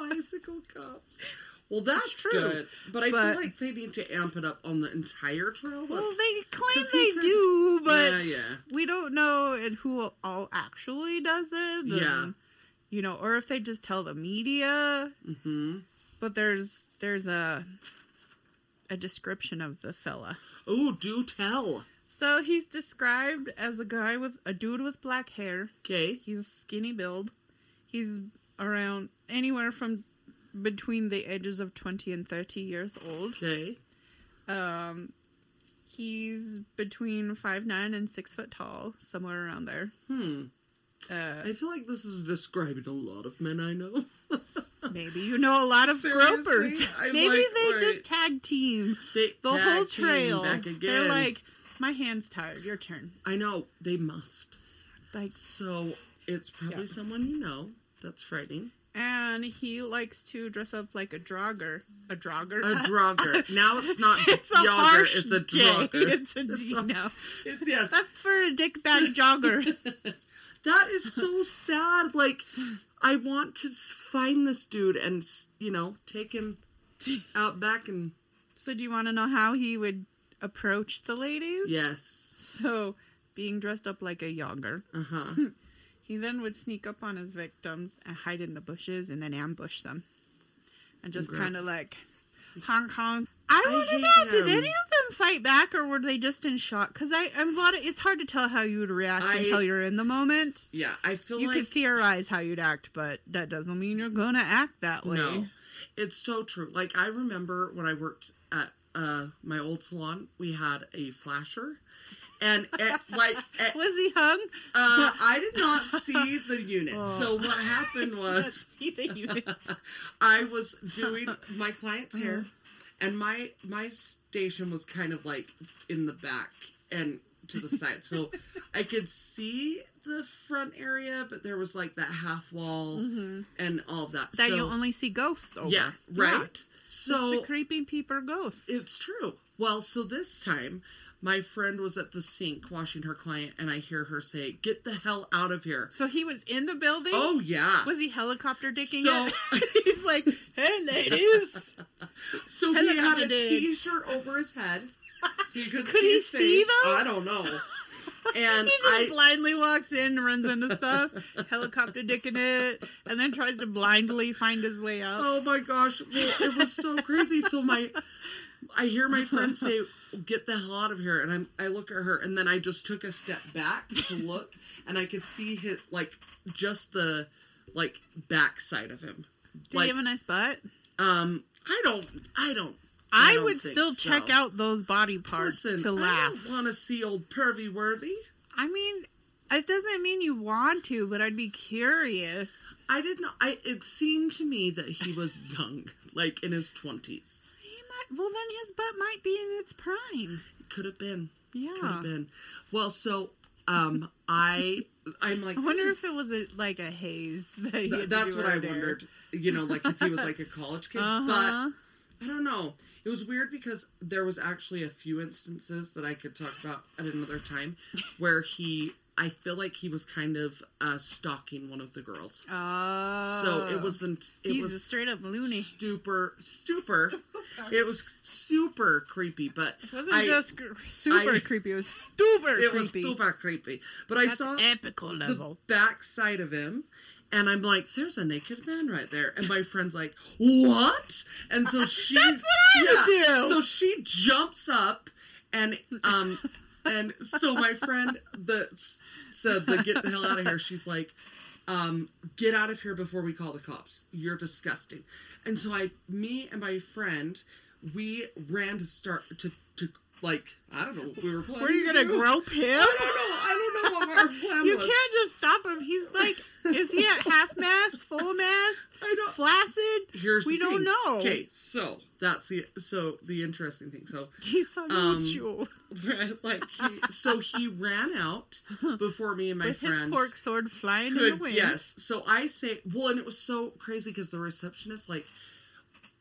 A: Bicycle cops. Well, that's
B: True,
A: good. But I
B: but-
A: feel like they need to amp it up on the entire trail.
B: Well,
A: That's-
B: they claim
A: 'Cause he
B: they
A: could-
B: do, but
A: Yeah, yeah.
B: we don't know and who all actually does it. and,
A: Yeah.
B: you know, or if they just tell the media. Mm-hmm. But there's there's a a description of the fella.
A: oh, do tell.
B: So he's described as a guy with a dude with black hair.
A: Okay.
B: He's skinny build. He's around anywhere from between the ages of twenty and thirty years old.
A: Okay.
B: He's between five nine and six foot tall, somewhere around there.
A: I feel like this is describing a lot of men I know.
B: Maybe you know a lot of
A: Seriously?
B: gropers.
A: I'm
B: Maybe
A: like,
B: they
A: alright.
B: just tag team
A: They
B: the
A: tag
B: whole
A: team
B: trail.
A: Back again.
B: They're like, my hand's tired. Your turn.
A: I know they must.
B: Like,
A: So it's probably
B: Yeah.
A: someone you know. That's frightening.
B: and he likes to dress up like a drogger. A drogger.
A: A drogger. now it's not
B: it's a
A: jogger,
B: harsh
A: it's a
B: J.
A: drogger.
B: It's a
A: It's
B: D.
A: a-
B: No,
A: It's yes.
B: that's for a dick bag jogger.
A: That is so sad. Like, I want to s- find this dude and s- you know take him out back and
B: so, do you want to know how he would approach the ladies?
A: yes,
B: So, being dressed up like a yogger,
A: uh huh.
B: he then would sneak up on his victims and hide in the bushes and then ambush them. And just
A: Okay.
B: kind of like honk honk. I want to
A: hate
B: know, did
A: him.
B: any of them fight back or were they just in shock? Because I, I'm a lot of, it's hard to tell how you would react
A: I-
B: until you're in the moment.
A: Yeah, I feel
B: You
A: like
B: could theorize how you'd act, but that doesn't mean you're going to act that way.
A: no, it's so true. Like I remember when I worked at uh my old salon, we had a flasher, and it, like it-
B: Was he hung?
A: uh, I did not see the unit. So what happened
B: Let's
A: was.
B: see the units.
A: I was doing my client's hair, and my my station was kind of like in the back and to the side, so I could see the front area, but there was like that half wall and all of that.
B: Mm-hmm. that
A: so,
B: you only see ghosts over.
A: yeah, right.
B: Just
A: So
B: the creepy peeper ghost.
A: it's true. Well, so this time My friend was at the sink washing her client, and I hear her say, "Get the hell out of here!"
B: So he was in the building?
A: Oh yeah.
B: Was he helicopter dicking
A: So-
B: it? He's like, hey, ladies.
A: So he had a
B: Helicopter did.
A: t-shirt over his head, so you could,
B: Could
A: see
B: he
A: his face.
B: see, though?
A: I don't know. And
B: he just
A: I,
B: blindly walks in, runs into stuff, helicopter dicking it, and then tries to blindly find his way out.
A: oh my gosh, well, it was so crazy. So my, I hear my friend say, "Get the hell out of here!" And I'm, I look at her, and then I just took a step back to look, and I could see his like just the like backside of him.
B: Did he have a nice butt?
A: Um, I don't, I don't.
B: I,
A: don't
B: would
A: think
B: still
A: so.
B: check out those body parts
A: Listen,
B: to
A: I
B: laugh.
A: don't want to see old pervy worthy.
B: I, mean, it doesn't mean you want to, but I'd be curious.
A: I did not. I it seemed to me that he was young, like in his twenties.
B: He might, well, then his butt might be in its prime.
A: Could have been. Could
B: Yeah.
A: have been. Well, so um, I I'm like
B: I wonder if it was a, like a haze that he
A: Th-
B: had to
A: that's
B: do
A: what
B: her
A: I
B: dare.
A: wondered. You know, like if he was like a college kid,
B: Uh-huh.
A: but I don't know. It was weird because there was actually a few instances that I could talk about at another time where he. I feel like he was kind of uh, stalking one of the girls,
B: Oh,
A: so it wasn't. It
B: he's
A: was
B: a straight up loony.
A: super super it was super creepy but
B: It wasn't
A: I-
B: just cr- super
A: I-
B: creepy. It was super
A: it
B: creepy.
A: was super creepy but i
B: That's
A: saw
B: epical
A: the
B: level.
A: backside of him and i'm like there's a naked man right there and my friend's like what and so she
B: That's what I would do.
A: so she jumps up and um and so my friend the said the get the hell out of here she's like um, get out of here before we call the cops. You're disgusting. And so I, me and my friend, we ran to start to, to like, I don't know what we were planning.
B: Were you
A: to
B: gonna
A: do.
B: grope him?
A: I don't know. I don't know what our plan
B: Oh, You
A: was.
B: can't just stop him. He's like, is he at half mass, full mass,
A: I don't.
B: flaccid?
A: Here's
B: we
A: the
B: don't
A: thing.
B: know.
A: Okay, so that's the so the interesting thing. So
B: He's on
A: Um,
B: mutual
A: like, he, so he ran out before me and my
B: with his
A: friend.
B: pork sword flying in the
A: could
B: wind.
A: yes so i say well and it was so crazy because the receptionist like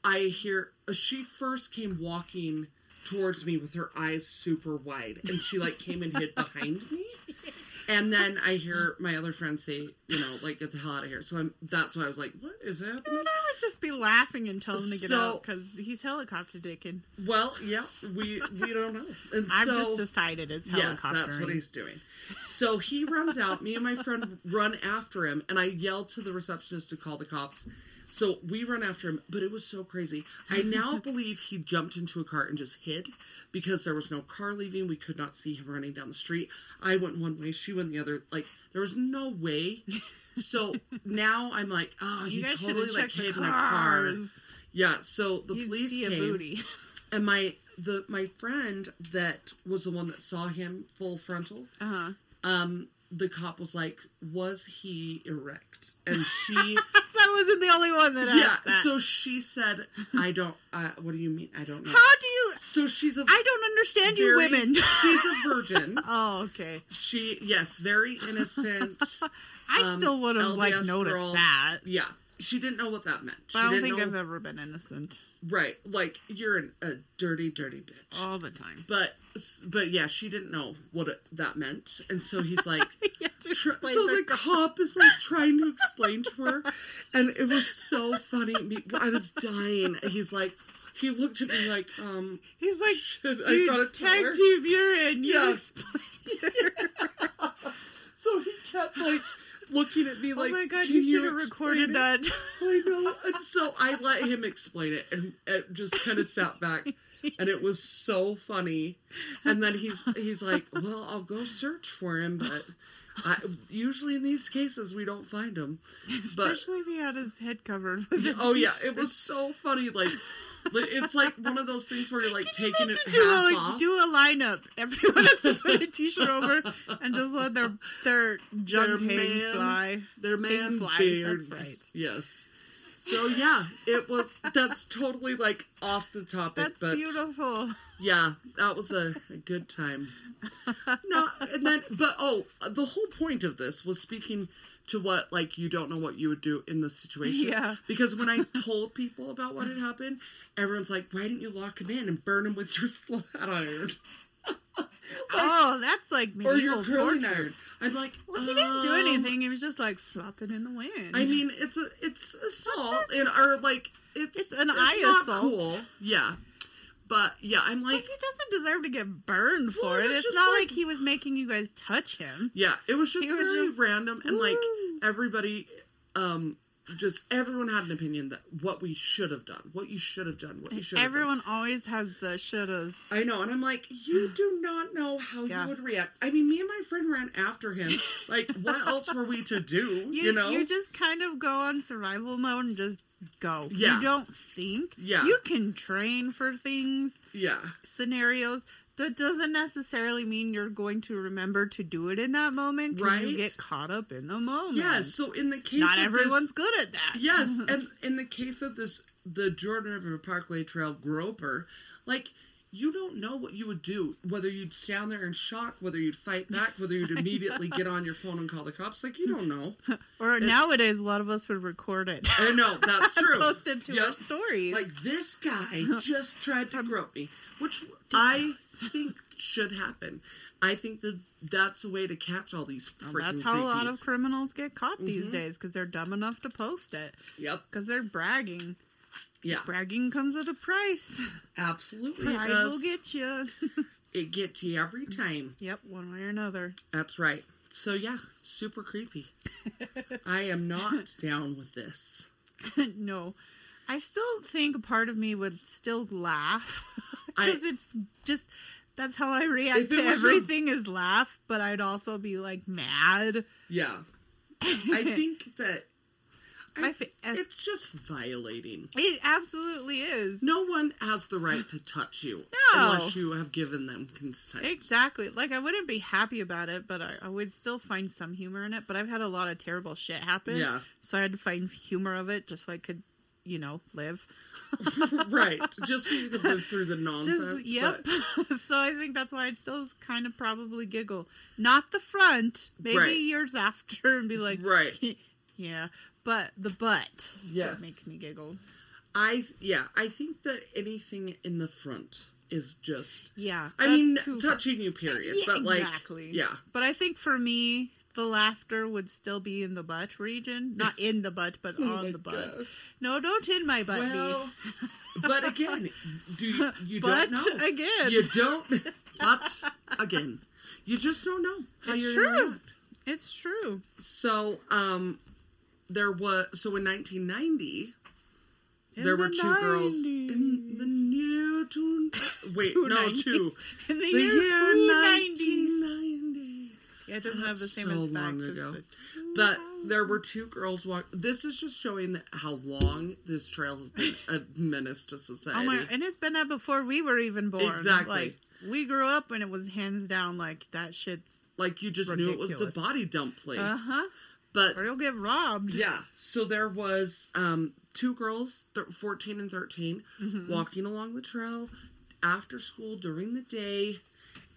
A: i hear uh, she first came walking towards me with her eyes super wide and she like came and hid behind me and then i hear my other friend say you know like get the hell out of here so i'm that's why i was like what is happening
B: But I would just be laughing and tell him to get
A: So-
B: out because he's helicopter dicking.
A: well yeah we we don't know and
B: I've
A: so
B: just decided it's
A: Yes,
B: helicopter.
A: that's what he's doing. So he runs out. Me and my friend run after him, and I yell to the receptionist to call the cops. So we run after him, but it was so crazy. I now believe he jumped into a cart and just hid because there was no car leaving. We could not see him running down the street. I went one way, she went the other. Like there was no way. So now I'm like, oh,
B: You
A: he
B: guys should
A: totally
B: have
A: like
B: checked the
A: hid in a car.
B: cars.
A: Yeah. So the
B: You'd
A: police
B: see
A: came
B: a booty.
A: and my the my friend that was the one that saw him full frontal
B: Uh-huh.
A: um the cop was like was he erect and she
B: So I wasn't the only one that
A: yeah
B: asked that.
A: so she said i don't uh, what do you mean i don't know
B: How do you?
A: so she's a
B: I don't understand you,
A: very-
B: women.
A: she's a virgin
B: oh, okay.
A: she yes very innocent
B: I
A: um,
B: still would have like
A: LDS
B: noticed
A: girl.
B: that.
A: yeah she didn't know what that meant she
B: But I don't
A: didn't
B: think I've
A: know
B: ever been innocent
A: right like you're an, a dirty dirty bitch
B: all the time.
A: but but yeah she didn't know what it, that meant and so he's like
B: You have to explain
A: so
B: their-
A: the cop is like trying to explain to her and it was so funny Me- i was dying he's like he looked at me like um
B: he's like,
A: Shit, I
B: dude,
A: gotta tell
B: tag
A: her."
B: team, you're in. You
A: Yeah.
B: explain.
A: so he kept like looking at me like
B: oh my god,
A: "Can
B: you should have
A: explain
B: recorded
A: it?"
B: that.
A: i know and so i let him explain it and, and just kind of sat back and it was so funny and then he's he's like well i'll go search for him but I, usually in these cases we don't find him but
B: Especially if he had his head covered with a
A: Oh yeah, it was so funny. Like, like, it's like one of those things where you're like taking it
B: Imagine do
A: half
B: a
A: off.
B: do a lineup. Everyone has to put a t-shirt over and just let their their
A: Their
B: junk hang
A: man-
B: fly.
A: Their man
B: fly,
A: beards.
B: that's right.
A: Yes. So yeah, it was. That's totally like off the topic.
B: That's
A: but
B: beautiful.
A: Yeah, that was a, a good time. No, and then but oh, the whole point of this was speaking to what like you don't know what you would do in this situation.
B: Yeah.
A: Because when I told people about what had happened, everyone's like, "Why didn't you lock him in and burn him with your flat iron?"
B: oh, that's like
A: or your
B: medieval
A: curling
B: torture.
A: iron. I'm like,
B: Well, he didn't do
A: um,
B: anything. He was just like flopping in the wind.
A: I mean, it's a it's assault and or like it's
B: It's an eye
A: not
B: assault.
A: Cool. Yeah, but yeah, I'm like,
B: like he doesn't deserve to get burned
A: Well,
B: for it.
A: it's
B: It's
A: just
B: not
A: like-
B: like he was making you guys touch him.
A: yeah, it was just
B: He was
A: very
B: just-
A: random and like
B: Woo.
A: everybody, um, just everyone had an opinion that what we should have done, what you should have done, what you should have done.
B: Everyone always has the shouldas.
A: I know, and I'm like, you do not know how
B: Yeah.
A: you would react. I mean, me and my friend ran after him. Like, what else were we to do?
B: You,
A: You, know?
B: you just kind of go on survival mode and just go.
A: Yeah.
B: You don't think.
A: Yeah.
B: You can train for things,
A: yeah,
B: scenarios. That doesn't necessarily mean you're going to remember to do it in that moment. 'cause You
A: Right.
B: get caught up in the moment.
A: yes. So in the case,
B: Not
A: of
B: everyone's
A: This,
B: good at that.
A: yes, and in the case of this, the Jordan River Parkway Trail groper, like. You don't know what you would do, whether you'd stand there in shock, whether you'd fight back, whether you'd immediately get on your phone and call the cops. Like, you don't know.
B: Or nowadays, a lot of us would record it.
A: I know, that's true.
B: Post it to our
A: Yep.
B: stories.
A: Like this guy just tried to grope me, which I think should happen. I think that that's a way to catch all these freaking. Mm-hmm.
B: That's how a lot of
A: creepies.
B: criminals get caught these days because they're dumb enough to post it
A: Yep.
B: because they're bragging.
A: Yeah.
B: Bragging comes with a price.
A: Absolutely. It
B: Pride will
A: does.
B: get you.
A: it gets you every time.
B: yep, one way or another.
A: That's right. So yeah, super creepy. I am not down with this.
B: no, I still think part of me would still laugh
A: I-
B: because it's just that's how I react
A: If it
B: to
A: was your-
B: everything is laugh. But I'd also be like mad.
A: Yeah. I think that
B: I, fe- as-
A: it's just violating.
B: it absolutely is.
A: No one has the right to touch you
B: No.
A: unless you have given them consent.
B: Exactly. Like I wouldn't be happy about it, but I, I would still find some humor in it. But I've had a lot of terrible shit happen.
A: Yeah.
B: So I had to find humor of it just so I could, you know, live.
A: right. Just so you could live through the nonsense.
B: Just yep.
A: but-
B: so I think that's why I'd still kind of probably giggle. Not the front, maybe
A: Right.
B: years after and be like
A: Right.
B: yeah. But the butt
A: Yes.
B: makes me giggle.
A: I yeah, I think that anything in the front is just
B: Yeah.
A: I
B: that's
A: mean
B: too far.
A: touching you period. but like
B: exactly.
A: yeah.
B: But I think for me, the laughter would still be in the butt region, not in the butt, but on
A: Oh my
B: the butt.
A: God.
B: No, don't in my butt.
A: Well, but again, do you, you
B: B. But
A: don't know.
B: again,
A: You don't but again. You just don't know how
B: It's
A: you're
B: true.
A: true.
B: it's true.
A: So um there was so in 1990 there
B: the
A: were two girls
B: 90s.
A: in the new two wait no
B: 90s.
A: two
B: in the,
A: the
B: year,
A: year
B: 290s.
A: 1990.
B: Yeah, it doesn't have the same
A: so
B: as fact
A: long
B: as
A: ago.
B: the
A: But there were two girls walk. This is just showing that how long this trail has been a menace to
B: Oh
A: society.
B: my, and it's been that before we were even born.
A: Exactly.
B: Like we grew up and it was hands down like that shit's
A: like you just knew it was
B: Ridiculous.
A: the body dump place.
B: uh-huh.
A: But
B: Or you'll get robbed.
A: yeah, so there was um, two girls, th- fourteen and 13
B: Mm-hmm.
A: walking along the trail after school during the day,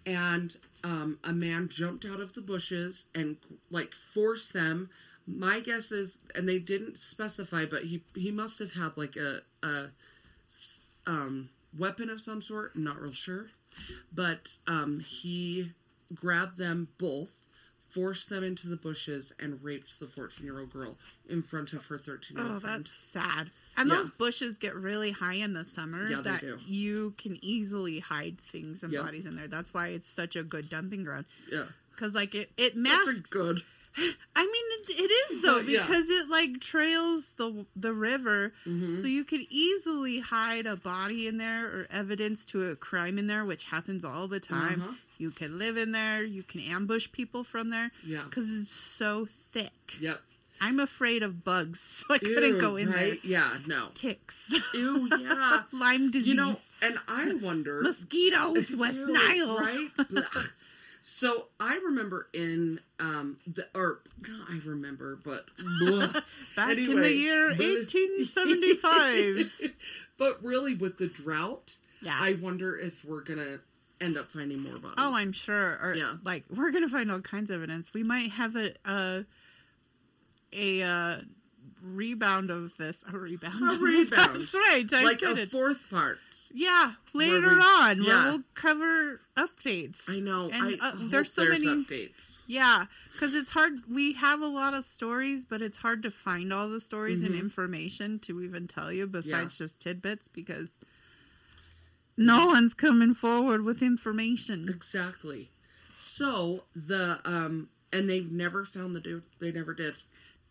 A: and um, a man jumped out of the bushes and like forced them. My guess is, and they didn't specify, but he he must have had like a a s- um, weapon of some sort. I'm not real sure, but um, he grabbed them both forced them into the bushes and raped the 14 year old girl in front of her 13 year
B: Oh,
A: old friend.
B: that's sad. And
A: Yeah.
B: those bushes get really high in the summer
A: Yeah, they
B: that
A: do.
B: you can easily hide things and
A: Yeah.
B: bodies in there. That's why it's such a good dumping ground.
A: Yeah.
B: Because, like, it, it
A: That's
B: masks.
A: a good.
B: I mean, it, it is, though,
A: Yeah.
B: because it, like, trails the, the river.
A: Mm-hmm.
B: So you could easily hide a body in there or evidence to a crime in there, which happens all the time.
A: Uh-huh.
B: You can live in there. You can ambush people from there.
A: Yeah.
B: Because it's so thick.
A: Yep.
B: I'm afraid of bugs, so I couldn't
A: Ew,
B: go in there.
A: right? Yeah, no.
B: ticks,
A: Ew, yeah.
B: Lyme disease,
A: you know, and I wonder.
B: mosquitoes, West
A: Ew,
B: Nile.
A: Right? Blech. So I remember in um the or no, I remember, but blech.
B: Back in the
A: Anyway,
B: year
A: but-
B: 1875.
A: But really, with the drought,
B: Yeah.
A: I wonder if we're gonna end up finding more bodies.
B: oh, I'm sure. Or
A: Yeah.
B: like we're gonna find all kinds of evidence. We might have a a, a uh, rebound of this. A rebound.
A: A
B: of this.
A: rebound.
B: That's right. I
A: like
B: said
A: a
B: it.
A: fourth part.
B: yeah, later
A: we-
B: on, where
A: yeah.
B: we'll cover updates.
A: I know.
B: And,
A: I
B: uh,
A: hope
B: there's so many.
A: updates.
B: Yeah, because it's hard. We have a lot of stories, but it's hard to find all the stories and information to even tell you besides just tidbits because no one's coming forward with information.
A: Exactly. So the um and they've never found the dude. They never did.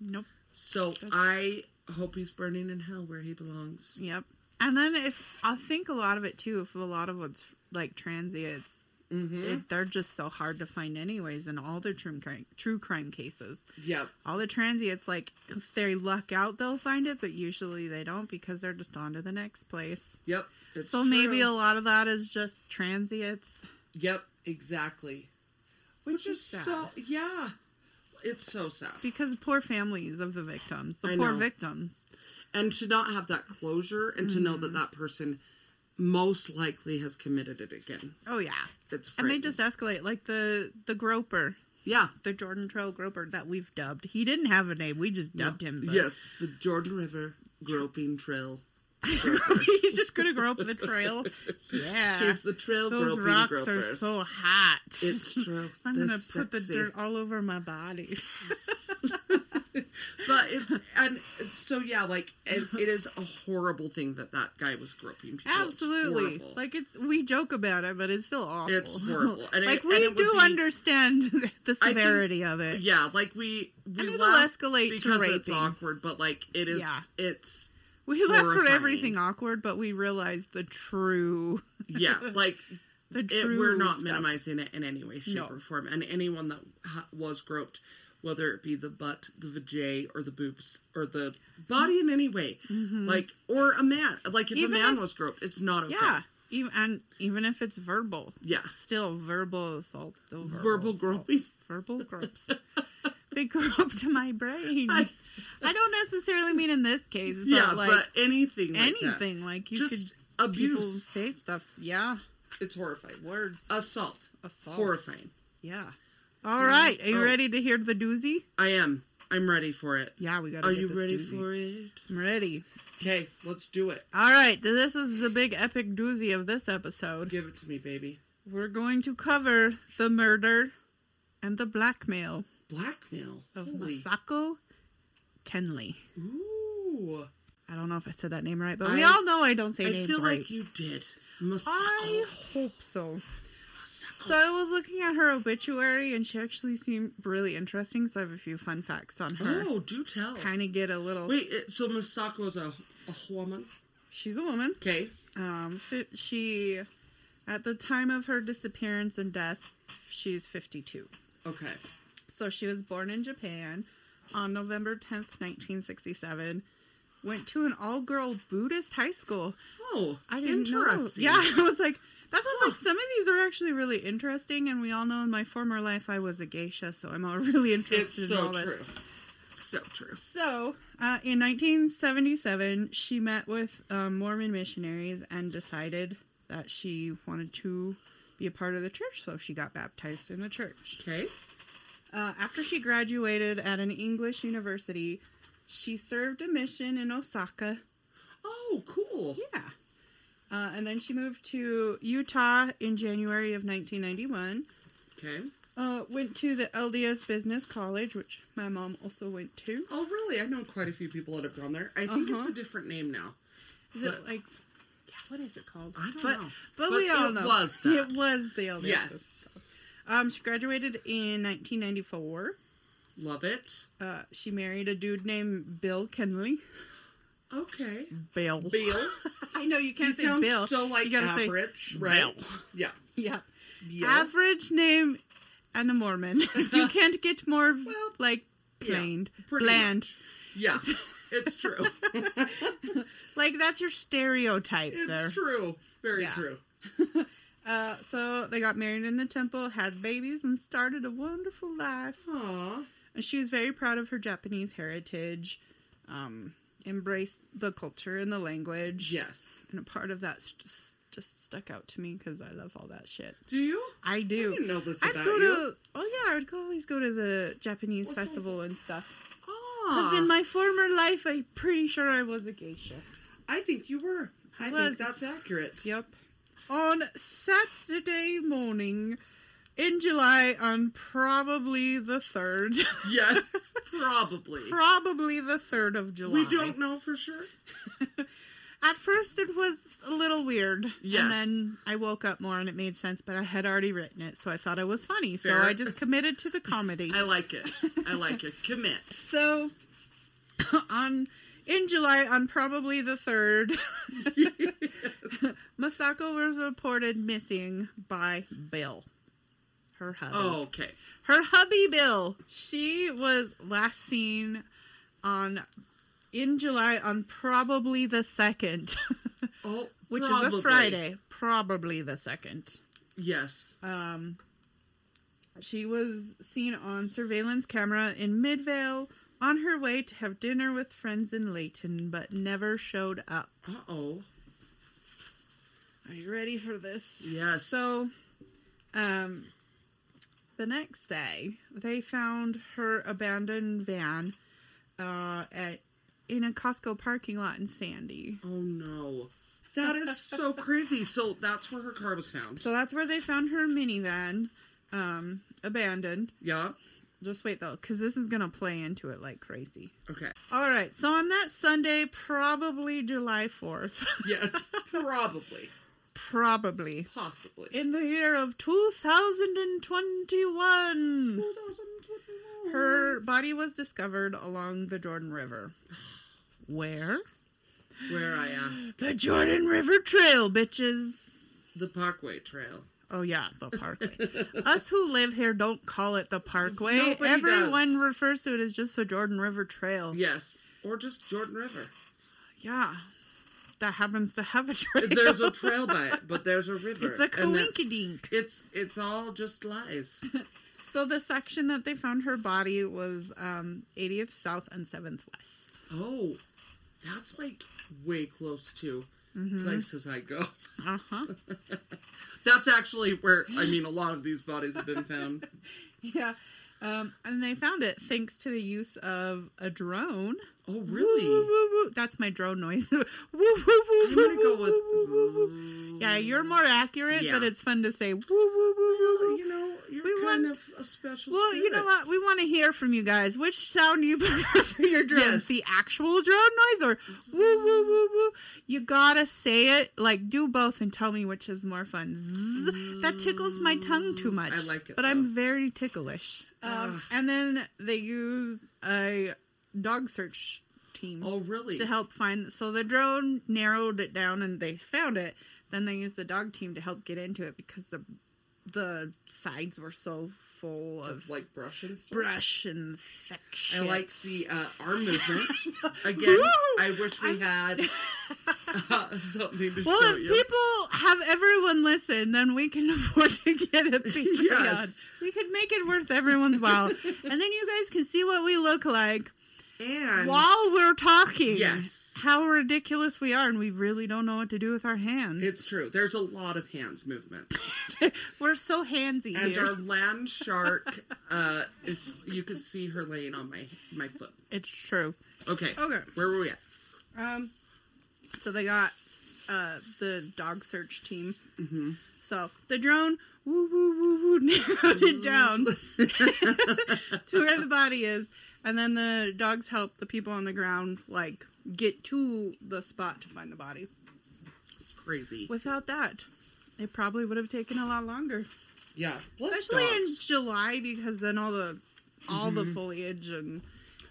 B: Nope.
A: So I hope he's burning in hell where he belongs.
B: Yep. And then if I think a lot of it too, if a lot of what's like transients, it, they're just so hard to find anyways in all their true crime, true crime cases.
A: Yep.
B: All the transients, like if they luck out, they'll find it, but usually they don't because they're just on to the next place.
A: Yep. It's
B: so maybe
A: true.
B: a lot of that is just transients.
A: Yep, exactly. Which,
B: is
A: is so yeah. It's so sad.
B: Because poor families of the victims, the
A: I
B: poor
A: know.
B: victims.
A: And to not have that closure and to know
B: Mm-hmm.
A: that that person most likely has committed it again.
B: Oh yeah,
A: That's
B: and they
A: frightening.
B: just escalate. Like the the groper,
A: Yeah.
B: the Jordan Trail groper that we've dubbed. He didn't have a name. We just dubbed him. but-
A: Yes, the Jordan River groping trail.
B: He's just gonna grow up the trail. Yeah.
A: Here's the trail
B: Those
A: groping
B: rocks are
A: gropers.
B: so hot.
A: it's true.
B: I'm
A: They're
B: gonna put the
A: sexy.
B: dirt all over my body.
A: But it's and so yeah, like it, it is a horrible thing that that guy was groping people. It's
B: Absolutely.
A: horrible.
B: like it's we joke about it, but it's still awful.
A: It's horrible. And it-
B: like
A: and
B: we
A: it would
B: do
A: be-
B: understand the
A: I think-
B: severity of it.
A: Yeah, like we we
B: And it'll
A: laugh
B: escalate to
A: because it's
B: raping.
A: awkward, but like it is
B: Yeah.
A: it's
B: We laugh for
A: horrifying.
B: everything awkward, but we realize the true
A: yeah, like
B: the
A: it,
B: true
A: we're not
B: stuff.
A: minimizing it in any way, shape,
B: No.
A: or form. And anyone that ha- was groped, whether it be the butt, the vajay, or the boobs, or the body in any way, like or a man, like if
B: Mm-hmm. Even
A: a man
B: if-
A: was groped, it's not okay.
B: Yeah. Even and even if it's verbal.
A: Yeah.
B: Still verbal assault, still
A: Verbal
B: verbal, assault.
A: groping.
B: Verbal gropes. they groped my brain. I, don't necessarily mean in this case, but
A: yeah,
B: like
A: but anything, like that.
B: anything. Like you
A: Just
B: could people
A: abuse.
B: say stuff. Yeah.
A: it's horrifying.
B: Words.
A: Assault,
B: Assault.
A: horrifying.
B: yeah. All right. Are you
A: Oh.
B: ready to hear the doozy?
A: I am. I'm ready for it.
B: Yeah, we gotta
A: Are
B: get
A: you
B: this
A: ready
B: doozy.
A: for it?
B: I'm ready.
A: Okay, let's do it.
B: All right, this is the big epic doozy of this episode.
A: Give it to me, baby.
B: We're going to cover the murder and the blackmail
A: Blackmail
B: of
A: Holy-
B: Masako Kenley.
A: Ooh,
B: I don't know if I said that name right, but we
A: I-
B: all know I don't say
A: I
B: names
A: feel
B: right.
A: like you did. Masako.
B: I hope so. So I was looking at her obituary, and she actually seemed really interesting. So I have a few fun facts on her.
A: Oh, do tell.
B: Kind of get a little.
A: Wait, it, so Masako's a, a woman?
B: She's a woman.
A: Okay.
B: Um, fi- she, at the time of her disappearance and death, she's fifty-two.
A: Okay.
B: So she was born in Japan on November 10th, 1967. Went to an all girl Buddhist high school.
A: Oh,
B: I didn't know.
A: interesting.
B: Yeah, I was like, that's what's like. Some of these are actually really interesting, and we all know in my former life I was a geisha, so I'm all really interested
A: It's
B: in
A: so
B: all this.
A: true. So true.
B: So, uh, in 1977, she met with um, Mormon missionaries and decided that she wanted to be a part of the church, so she got baptized in the church.
A: Okay.
B: Uh, after she graduated at an English university, she served a mission in Osaka.
A: Oh, cool.
B: Yeah. Uh, and then she moved to Utah in January of 1991.
A: Okay.
B: Uh, went to the LDS Business College, which my mom also went to.
A: Oh, really? I know quite a few people that have gone there. I think it's
B: Uh-huh.
A: a different name now.
B: Is it like, yeah, what is it called?
A: I don't
B: but,
A: know. But
B: But, we all
A: it
B: know
A: was that.
B: it was the LDS.
A: Yes.
B: Business. Um, she graduated in 1994.
A: Love it.
B: Uh, she married a dude named Bill Kenley.
A: Okay.
B: Bill.
A: Bill.
B: I know you can't
A: You
B: say
A: sound
B: Bill.
A: Mm-hmm. so like
B: you gotta say-
A: average, right?
B: Bill.
A: Yeah.
B: Yeah.
A: Bill.
B: Average name and a Mormon. you can't get more like
A: yeah,
B: plain,
A: pretty
B: bland.
A: Yeah, it's true.
B: Like that's your stereotype
A: It's
B: there.
A: true. Very
B: Yeah.
A: true.
B: Uh, so they got married in the temple, had babies, and started a wonderful life.
A: Aw.
B: And she was very proud of her Japanese heritage. Um, embraced the culture and the language.
A: Yes.
B: And a part of that st- s- just stuck out to me because I love all that shit.
A: Do you?
B: I do.
A: didn't know this
B: I'd
A: about
B: go
A: you.
B: to oh yeah, I would go, always go to the Japanese festival and stuff.
A: Oh,
B: Because in my former life, I'm pretty sure I was a geisha.
A: Ah, I think you were. I think
B: was.
A: that's accurate.
B: Yep. On Saturday morning in July, on probably the 3rd.
A: Yeah, probably.
B: probably the 3rd of July.
A: We don't know for sure.
B: At first, it was a little weird.
A: Yes.
B: And then I woke up more and it made sense, but I had already written it, so I thought it was funny.
A: Fair.
B: So I just committed to the comedy.
A: I like it. I like it. Commit.
B: so on in July on probably the third, Masako was reported missing by Bill, her hubby.
A: Oh, okay.
B: Her hubby Bill. She was last seen on in July on probably the second,
A: Oh,
B: which is
A: probably.
B: a Friday. Probably the second.
A: Yes.
B: Um, she was seen on surveillance camera in Midvale on her way to have dinner with friends in Layton, but never showed up.
A: Uh oh.
B: Are you ready for this?
A: Yes.
B: So, um, the next day, they found her abandoned van uh, at in a Costco parking lot in Sandy.
A: Oh no. That is so crazy. So that's where her car was found.
B: So that's where they found her minivan, um, abandoned.
A: Yeah.
B: Just wait though, because this is gonna play into it like crazy.
A: Okay.
B: All right, so on that Sunday, probably July 4th,
A: Yes. probably.
B: probably
A: Possibly.
B: in the year of 2021, her body was discovered along the Jordan River. Where?
A: Where I asked
B: The Jordan River Trail, bitches.
A: the Parkway Trail.
B: Oh, yeah, the parkway. Us who live here don't call it the parkway.
A: Nobody
B: Everyone
A: does.
B: refers to it as just the Jordan River Trail.
A: Yes. Or just Jordan River.
B: Yeah. That happens to have a trail.
A: There's a trail by it, but there's a river.
B: it's a
A: and that's-
B: coinkydink.
A: It's it's all just lies.
B: So the section that they found her body was um, 80th South and 7th West.
A: Oh, that's like way close to
B: Mm-hmm.
A: places I go.
B: Uh huh.
A: That's actually where I mean a lot of these bodies have been found.
B: yeah. Um, and they found it thanks to the use of a drone.
A: Oh
B: Woo,
A: really?
B: woo, woo. That's my drone noise. woo, woo, woo,
A: I'm
B: woo,
A: gonna go
B: woo, woo, woo, woo.
A: with.
B: Yeah, you're more accurate, but
A: Yeah.
B: it's fun to say woo, woo, woo, woo,
A: Well,
B: woo.
A: you know, you're
B: We
A: kind
B: want-
A: of a special.
B: Well, you know
A: spirit.
B: what? We want to hear from you guys. Which sound you prefer for your drones?
A: Yes.
B: The actual drone noise or woo woo woo woo? You gotta say it. Like do both and tell me which is more fun. Zzz. That tickles my tongue too much.
A: I like it,
B: but I'm
A: though.
B: very ticklish. Um, and then they use a dog search team
A: Oh really?
B: to help find. So the drone narrowed it down, and they found it. Then they used the dog team to help get into it because the the sides were so full of
A: like brush and stuff.
B: brush and thick
A: I
B: shit.
A: like the uh, arm movements. Again, I wish we had uh, something to
B: Well,
A: show
B: if
A: you.
B: people have everyone listen, then we can afford to get a Patreon.
A: Yes.
B: We could make it worth everyone's while, and then you guys can see what we look like
A: and
B: while we're talking.
A: Yes.
B: how ridiculous we are, and we really don't know what to do with our hands.
A: it's true. There's a lot of hands movement.
B: we're so handsy
A: And
B: here.
A: our land shark uh, is you could see her laying on my my foot.
B: It's true.
A: Okay.
B: Okay.
A: Where were we at?
B: Um, so they got uh, the dog search team. Mm-hmm. So the drone, woo woo woo woo, narrowed it down to where the body is, and then the dogs help the people on the ground like get to the spot to find the body.
A: It's crazy.
B: Without that, it probably would have taken a lot longer,
A: yeah. Plus
B: especially in
A: dogs.
B: July because then all the all the foliage and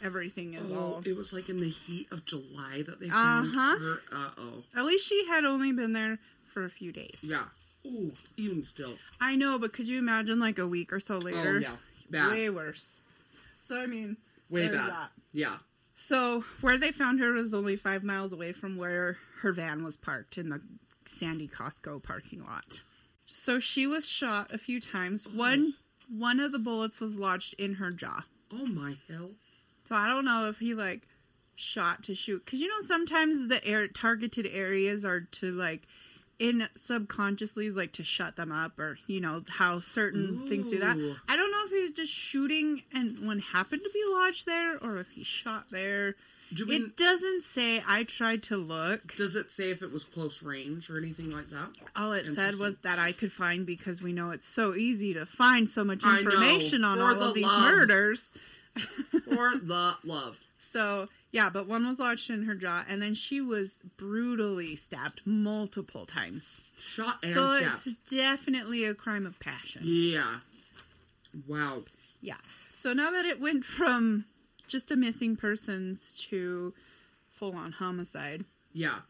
B: everything is all
A: Mm-hmm. Oh, it was like in the heat of July that they found
B: Uh-huh.
A: her. Uh oh.
B: At least she had only been there for a few days.
A: Yeah. Ooh, even still.
B: I know, but could you imagine like a week or so later?
A: Oh yeah. Bad.
B: Way
A: Way,
B: worse. So I mean, there's
A: bad.
B: that.
A: Yeah.
B: So where they found her was only five miles away from where her van was parked in the Sandy Costco parking lot. So she was shot a few times. One one of the bullets was lodged in her jaw.
A: Oh my hell.
B: So I don't know if he like shot to shoot because you know sometimes the air targeted areas are to like in subconsciously is like to shut them up or you know how certain things do that.
A: Ooh.
B: I don't know if he he was just shooting and one happened to be lodged there or if he shot there.
A: Do we,
B: It doesn't say I tried to look.
A: does it say if it was close range or anything like that?
B: All it said was
A: Interesting.
B: that I could find because we know it's so easy to find so much
A: I know,
B: information on
A: for
B: all
A: the
B: of these
A: love.
B: murders.
A: For the love.
B: So yeah, but one was lodged in her jaw, and then she was brutally stabbed multiple times.
A: Shot and
B: so
A: stabbed.
B: it's definitely a crime of passion.
A: Yeah. Wow.
B: Yeah. So now that it went from just a missing persons to full on homicide,
A: Yeah.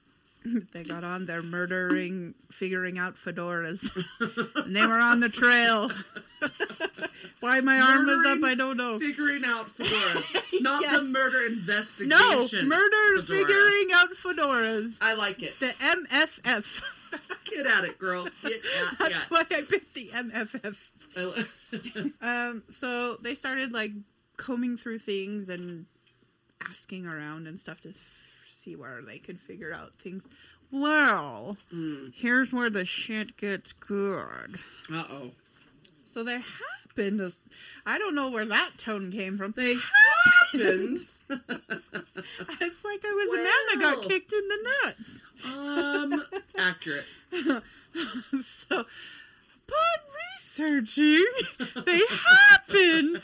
B: they got on their murdering, figuring out fedoras, and they were on the trail. Why my arm was up,
A: Murdering
B: I don't know.
A: Figuring out fedoras. Not
B: Oh. Yes.
A: the murder
B: No,
A: investigation.
B: murder
A: fedora.
B: figuring out fedoras.
A: I like it.
B: The MFF.
A: Get at it, girl. Get at
B: That's
A: it.
B: why I picked the MFF.
A: I li-
B: Um, so they started like combing through things and asking around and stuff to f- see where they could figure out things. Well,
A: Mm.
B: here's where the shit gets good.
A: Uh-oh.
B: So there happened. A, I don't know where that tone came from.
A: They happened.
B: It's like I was a man that
A: Well.
B: got kicked in the nuts.
A: Um, accurate.
B: So, upon researching, they happen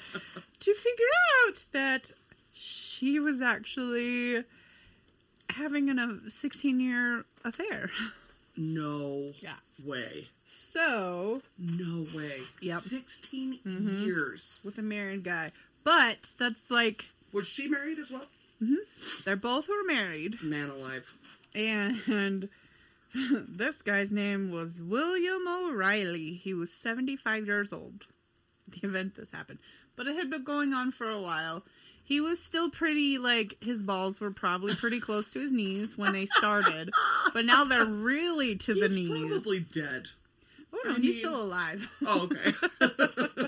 B: to figure out that she was actually having an, a 16 year affair.
A: No
B: Yeah.
A: way.
B: So,
A: No way.
B: Yep.
A: 16
B: Mm-hmm.
A: years.
B: with a married guy. But that's like,
A: Was she married as well?
B: they're both were married.
A: Man alive.
B: And this guy's name was William O'Reilly. He was 75 years old at the event this happened. But it had been going on for a while. He was still pretty, like, his balls were probably pretty close to his knees when they started. But now they're really to the
A: He's
B: knees.
A: probably dead.
B: oh, no,
A: I
B: he's
A: mean-
B: still alive.
A: Oh, okay.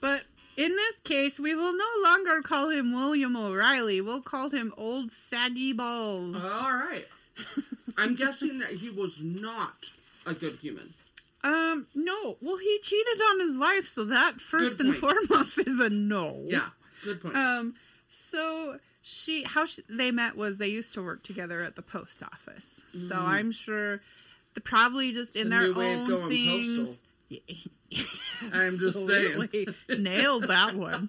B: But in this case, we will no longer call him William O'Reilly. We'll call him Old Saggy Balls.
A: All right. I'm guessing that he was not a good human.
B: Um, no. Well, he cheated on his wife, so that first
A: Good
B: and
A: point.
B: foremost is a no.
A: Yeah. Good point.
B: Um, so she, how she, they met was they used to work together at the post office. So I'm sure they probably just in
A: Mm-hmm. a
B: their
A: new way of
B: own
A: going
B: things.
A: postal. I'm just saying.
B: Absolutely. Nailed that one.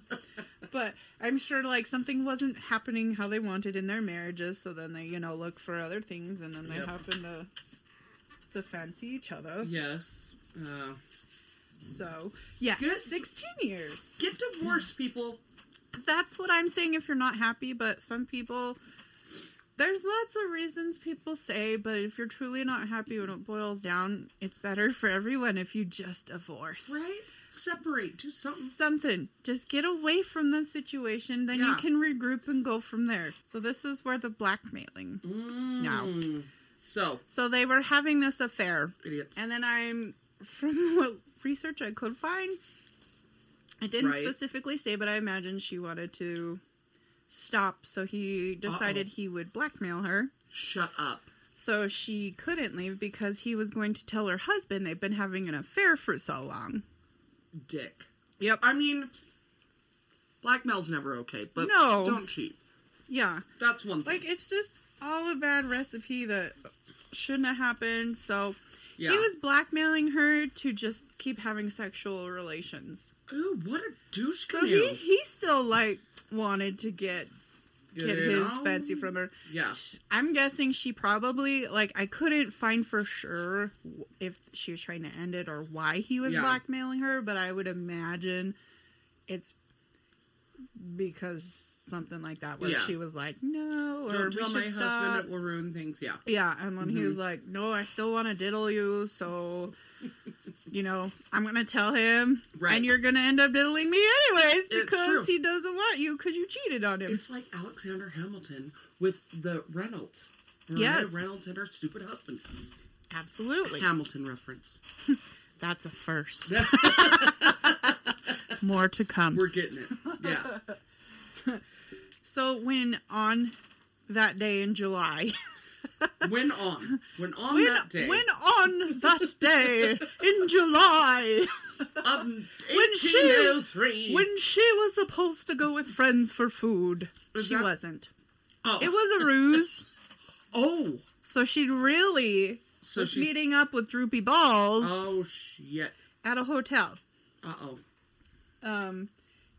B: But I'm sure like something wasn't happening how they wanted in their marriages, so then they, you know, look for other things and then they
A: Yep.
B: happen to to fancy each other.
A: Yes. Uh,
B: So yeah.
A: Good.
B: Sixteen years.
A: get divorced, people.
B: That's what I'm saying if you're not happy, but some people there's lots of reasons people say, but if you're truly not happy when it boils down, it's better for everyone if you just divorce.
A: Right? Separate. Do something.
B: something. Just get away from the situation, then you
A: Yeah.
B: can regroup and go from there. So this is where the blackmailing
A: Mm.
B: now.
A: So,
B: So they were having this affair,
A: idiots.
B: and then I'm from what research I could find, I didn't
A: Right.
B: specifically say, but I imagine she wanted to stop. So he decided he would blackmail her.
A: Shut up.
B: So she couldn't leave because he was going to tell her husband they've been having an affair for so long.
A: Dick.
B: Yep.
A: I mean, blackmail's never okay, but
B: No.
A: don't cheat.
B: Yeah.
A: That's one thing.
B: Like it's just all a bad recipe that shouldn't have happened. So
A: yeah.
B: he was blackmailing her to just keep having sexual relations.
A: Ooh, what a douche
B: So
A: canoe.
B: he he still like wanted to get
A: Get
B: get
A: it
B: his
A: on.
B: fancy from her.
A: Yeah.
B: Sh- I'm guessing she probably like I couldn't find for sure w- if she was trying to end it or why he was
A: Yeah.
B: blackmailing her, but I would imagine it's because something like that where
A: Yeah.
B: she was like, "No," or
A: Don't
B: "We
A: tell
B: should
A: my
B: stop."
A: husband it Mm-hmm. will ruin things. Yeah.
B: Yeah, and when he was like, "No, I still want to diddle you," so you know, I'm gonna tell him,
A: Right.
B: and you're gonna end up diddling me anyways
A: It's
B: because
A: true.
B: he doesn't want you because you cheated on him.
A: It's like Alexander Hamilton with the Reynolds. Miranda
B: Yes.
A: Reynolds and her stupid husband.
B: Absolutely,
A: Hamilton reference.
B: that's a first. More to come.
A: We're getting it. Yeah.
B: So when on that day in July,
A: when on. When on
B: when,
A: that day.
B: when on that day in July,
A: of
B: When she-
A: 1803.
B: When she was supposed to go with friends for food,
A: Was
B: she
A: that-
B: wasn't.
A: oh,
B: It was a ruse.
A: oh,
B: So she really
A: So
B: was
A: she's-
B: meeting up with Droopy Balls
A: oh shit.
B: at a hotel.
A: Uh oh.
B: Um,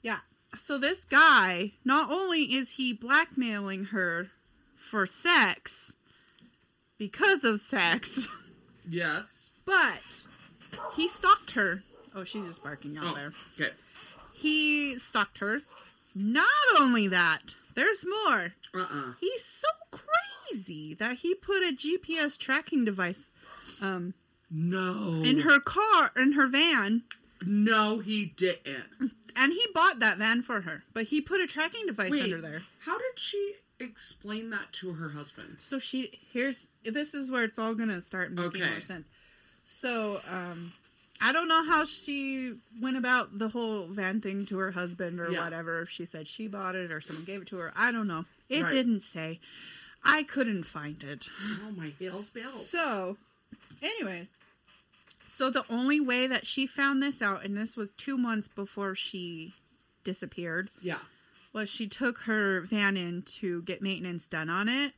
B: yeah. So this guy, not only is he blackmailing her for sex because of sex,
A: Yes.
B: but he stalked her. Oh, she's just barking out
A: Oh,
B: there.
A: okay.
B: He stalked her. Not only that, there's more.
A: Uh uh
B: He's so crazy that he put a GPS tracking device um,
A: No.
B: in her car, in her van,
A: No, he didn't.
B: and he bought that van for her. But he put a tracking device
A: Wait,
B: under there.
A: How did she explain that to her husband?
B: So she here's this is where it's all gonna start making
A: Okay.
B: more sense. So um, I don't know how she went about the whole van thing to her husband or
A: Yeah.
B: whatever. If she said she bought it or someone gave it to her, I don't know. It
A: Right.
B: didn't say. I couldn't find it.
A: Oh my hell's bells.
B: So, anyways, so the only way that she found this out, and this was two months before she disappeared,
A: yeah.
B: was she took her van in to get maintenance done on it,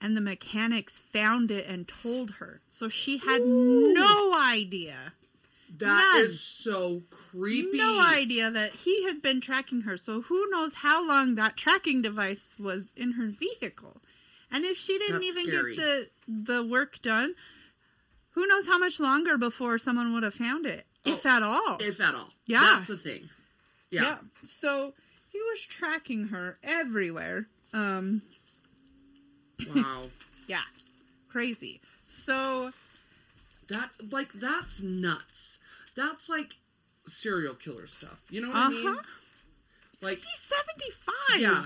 B: and the mechanics found it and told her. So she had no idea,
A: that is
B: None.
A: so creepy.
B: no idea that he had been tracking her. So who knows how long that tracking device was in her vehicle, and if she didn't
A: That's
B: even
A: scary.
B: get the the work done, who knows how much longer before someone would have found it, if
A: Oh,
B: at all.
A: If at all.
B: Yeah.
A: That's the thing. Yeah.
B: Yeah. So he was tracking her everywhere. Um.
A: Wow.
B: Yeah. Crazy. So,
A: That like that's nuts. That's like serial killer stuff. You know what I mean?
B: Uh-huh.
A: Like
B: he's 75.
A: yeah.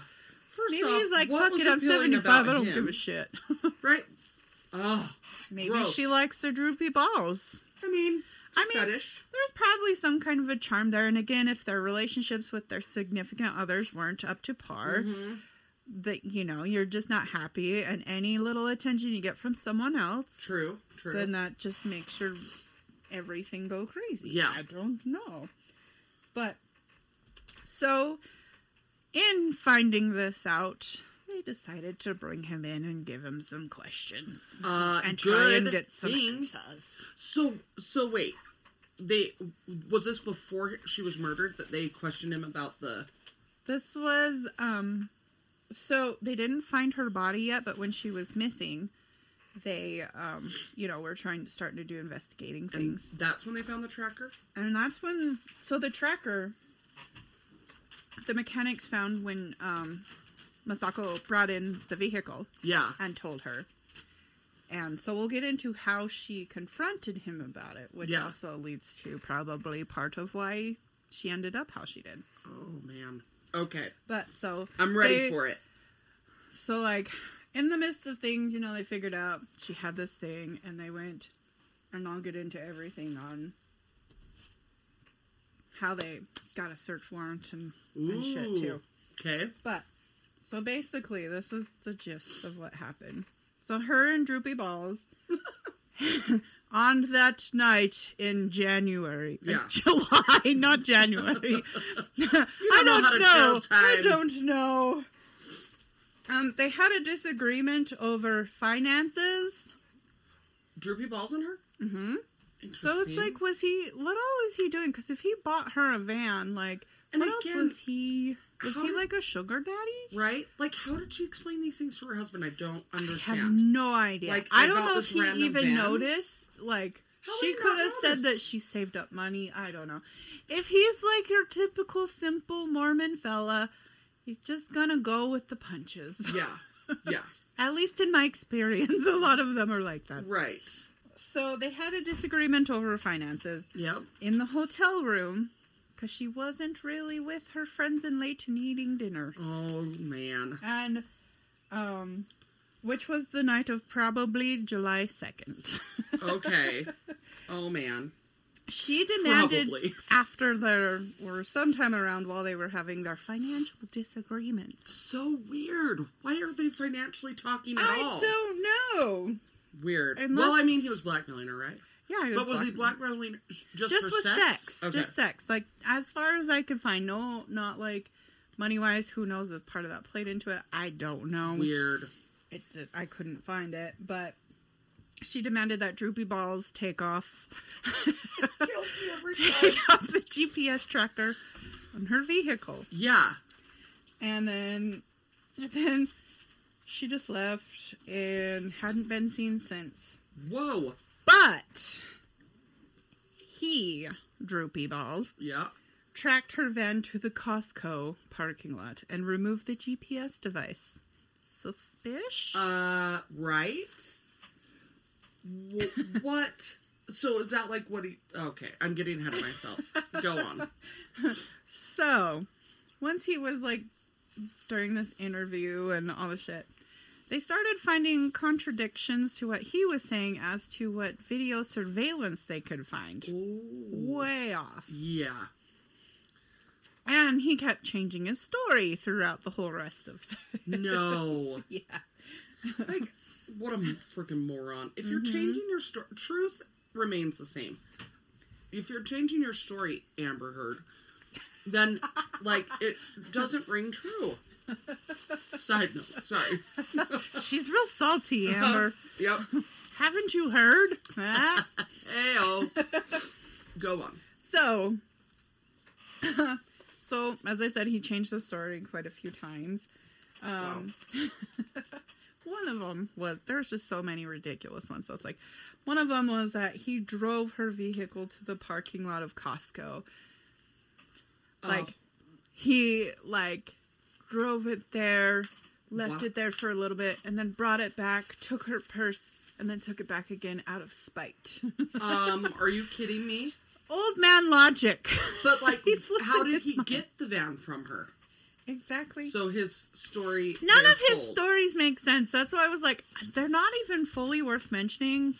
A: First
B: Maybe
A: off,
B: he's like,
A: what
B: fuck
A: was
B: it, I'm
A: appealing
B: 75. I
A: about
B: don't
A: him?
B: give a shit.
A: Right. Oh,
B: Maybe
A: Gross.
B: she likes her droopy balls.
A: I mean, it's a
B: I mean,
A: fetish.
B: there's probably some kind of a charm there. And again, if their relationships with their significant others weren't up to par,
A: Mm-hmm.
B: that, you know, you're just not happy. And any little attention you get from someone else,
A: True. True.
B: then that just makes your everything go crazy.
A: Yeah.
B: I don't know. But so in finding this out, they decided to bring him in and give him some questions
A: Uh,
B: and try and
A: good
B: get some
A: thing.
B: answers.
A: So so wait, they was this before she was murdered that they questioned him about the
B: This was um so they didn't find her body yet, but when she was missing, they um you know, were trying to start to do investigating things.
A: that's when they found the tracker.
B: And that's when so the tracker the mechanics found when um Masako brought in the vehicle
A: Yeah.
B: and told her. And so we'll get into how she confronted him about it, which
A: Yeah.
B: also leads to probably part of why she ended up how she did.
A: Oh man. Okay,
B: But so
A: I'm ready
B: they-
A: for it.
B: So like in the midst of things, you know, they figured out she had this thing and they went and I'll get into everything on how they got a search warrant and, and shit too.
A: Okay.
B: But so basically this is the gist of what happened. So her and Droopy Balls on that night in January. uh,
A: Yeah.
B: July, not January. I
A: know
B: don't
A: how to tell
B: know. I
A: time.
B: don't know. Um, they had a disagreement over finances.
A: Droopy balls in her. Mm-hmm.
B: So it's like, was he? What all was he doing? Because if he bought her a van, like,
A: And
B: what
A: again,
B: else was he? Was
A: how
B: he
A: did-
B: like a sugar daddy?
A: right, like how did she explain these things to her husband? I don't
B: I have
A: understand.
B: no idea.
A: Like,
B: I
A: I
B: don't
A: got
B: know if
A: this
B: he
A: random
B: even
A: van.
B: noticed. Like,
A: How
B: she
A: did he
B: could
A: not
B: have said
A: notice?
B: that she saved up money. I don't know. If he's like your typical simple Mormon fella, he's just gonna go with the punches.
A: yeah, yeah,
B: At least in my experience, a lot of them are like that.
A: right.
B: So they had a disagreement over finances
A: Yep.
B: in the hotel room because she wasn't really with her friends in Layton eating dinner.
A: Oh man.
B: And, um, which was the night of probably July 2nd.
A: Okay. oh man.
B: she demanded
A: Probably.
B: after their, or sometime around while they were having their financial disagreements.
A: So weird. Why are they financially talking at all?
B: I don't know.
A: Weird.
B: Unless-
A: Well, I mean, he was blackmailing her, right?
B: Yeah, he
A: But was he
B: blackmailing.
A: blackmailing just,
B: just
A: for
B: with sex,
A: Okay.
B: just sex like as far as i could find no not like money wise who knows if part of that played into it i don't know
A: Weird.
B: it did, i couldn't find it but she demanded that droopy balls take off take off the gps tracker on her vehicle
A: Yeah.
B: and then and then she just left and hadn't been seen since
A: Whoa.
B: but he droopy balls
A: Yeah.
B: tracked her van to the Costco parking lot and removed the GPS device. Suspicious?
A: Uh, right. Wh- what? So is that like what he? Okay, I'm getting ahead of myself. Go on.
B: so, once he was like during this interview and all the shit, they started finding contradictions to what he was saying as to what video surveillance they could find. Way off.
A: Yeah.
B: And he kept changing his story throughout the whole rest of the
A: No.
B: Yeah.
A: Like, what a freaking moron. If
B: Mm-hmm.
A: you're changing your story, truth remains the same. If you're changing your story, Amber Heard, then like it doesn't ring true. Side note. Sorry.
B: She's real salty, Amber.
A: Yep.
B: Haven't you heard? Ah.
A: Ayo. Go on.
B: So, so as I said, he changed the story quite a few times. Um, one of them was there's just so many ridiculous ones. So it's like, one of them was that he drove her vehicle to the parking lot of Costco.
A: Oh.
B: Like, he like drove it there, left
A: Wow.
B: it there for a little bit, and then brought it back, took her purse, and then took it back again out of spite.
A: Um, are you kidding me?
B: Old man logic.
A: But like,
B: He's
A: how
B: losing
A: did
B: his
A: he
B: mind.
A: get the van from her?
B: Exactly.
A: So his story.
B: None
A: there
B: of his
A: holds.
B: stories make sense. That's why I was like, they're not even fully worth mentioning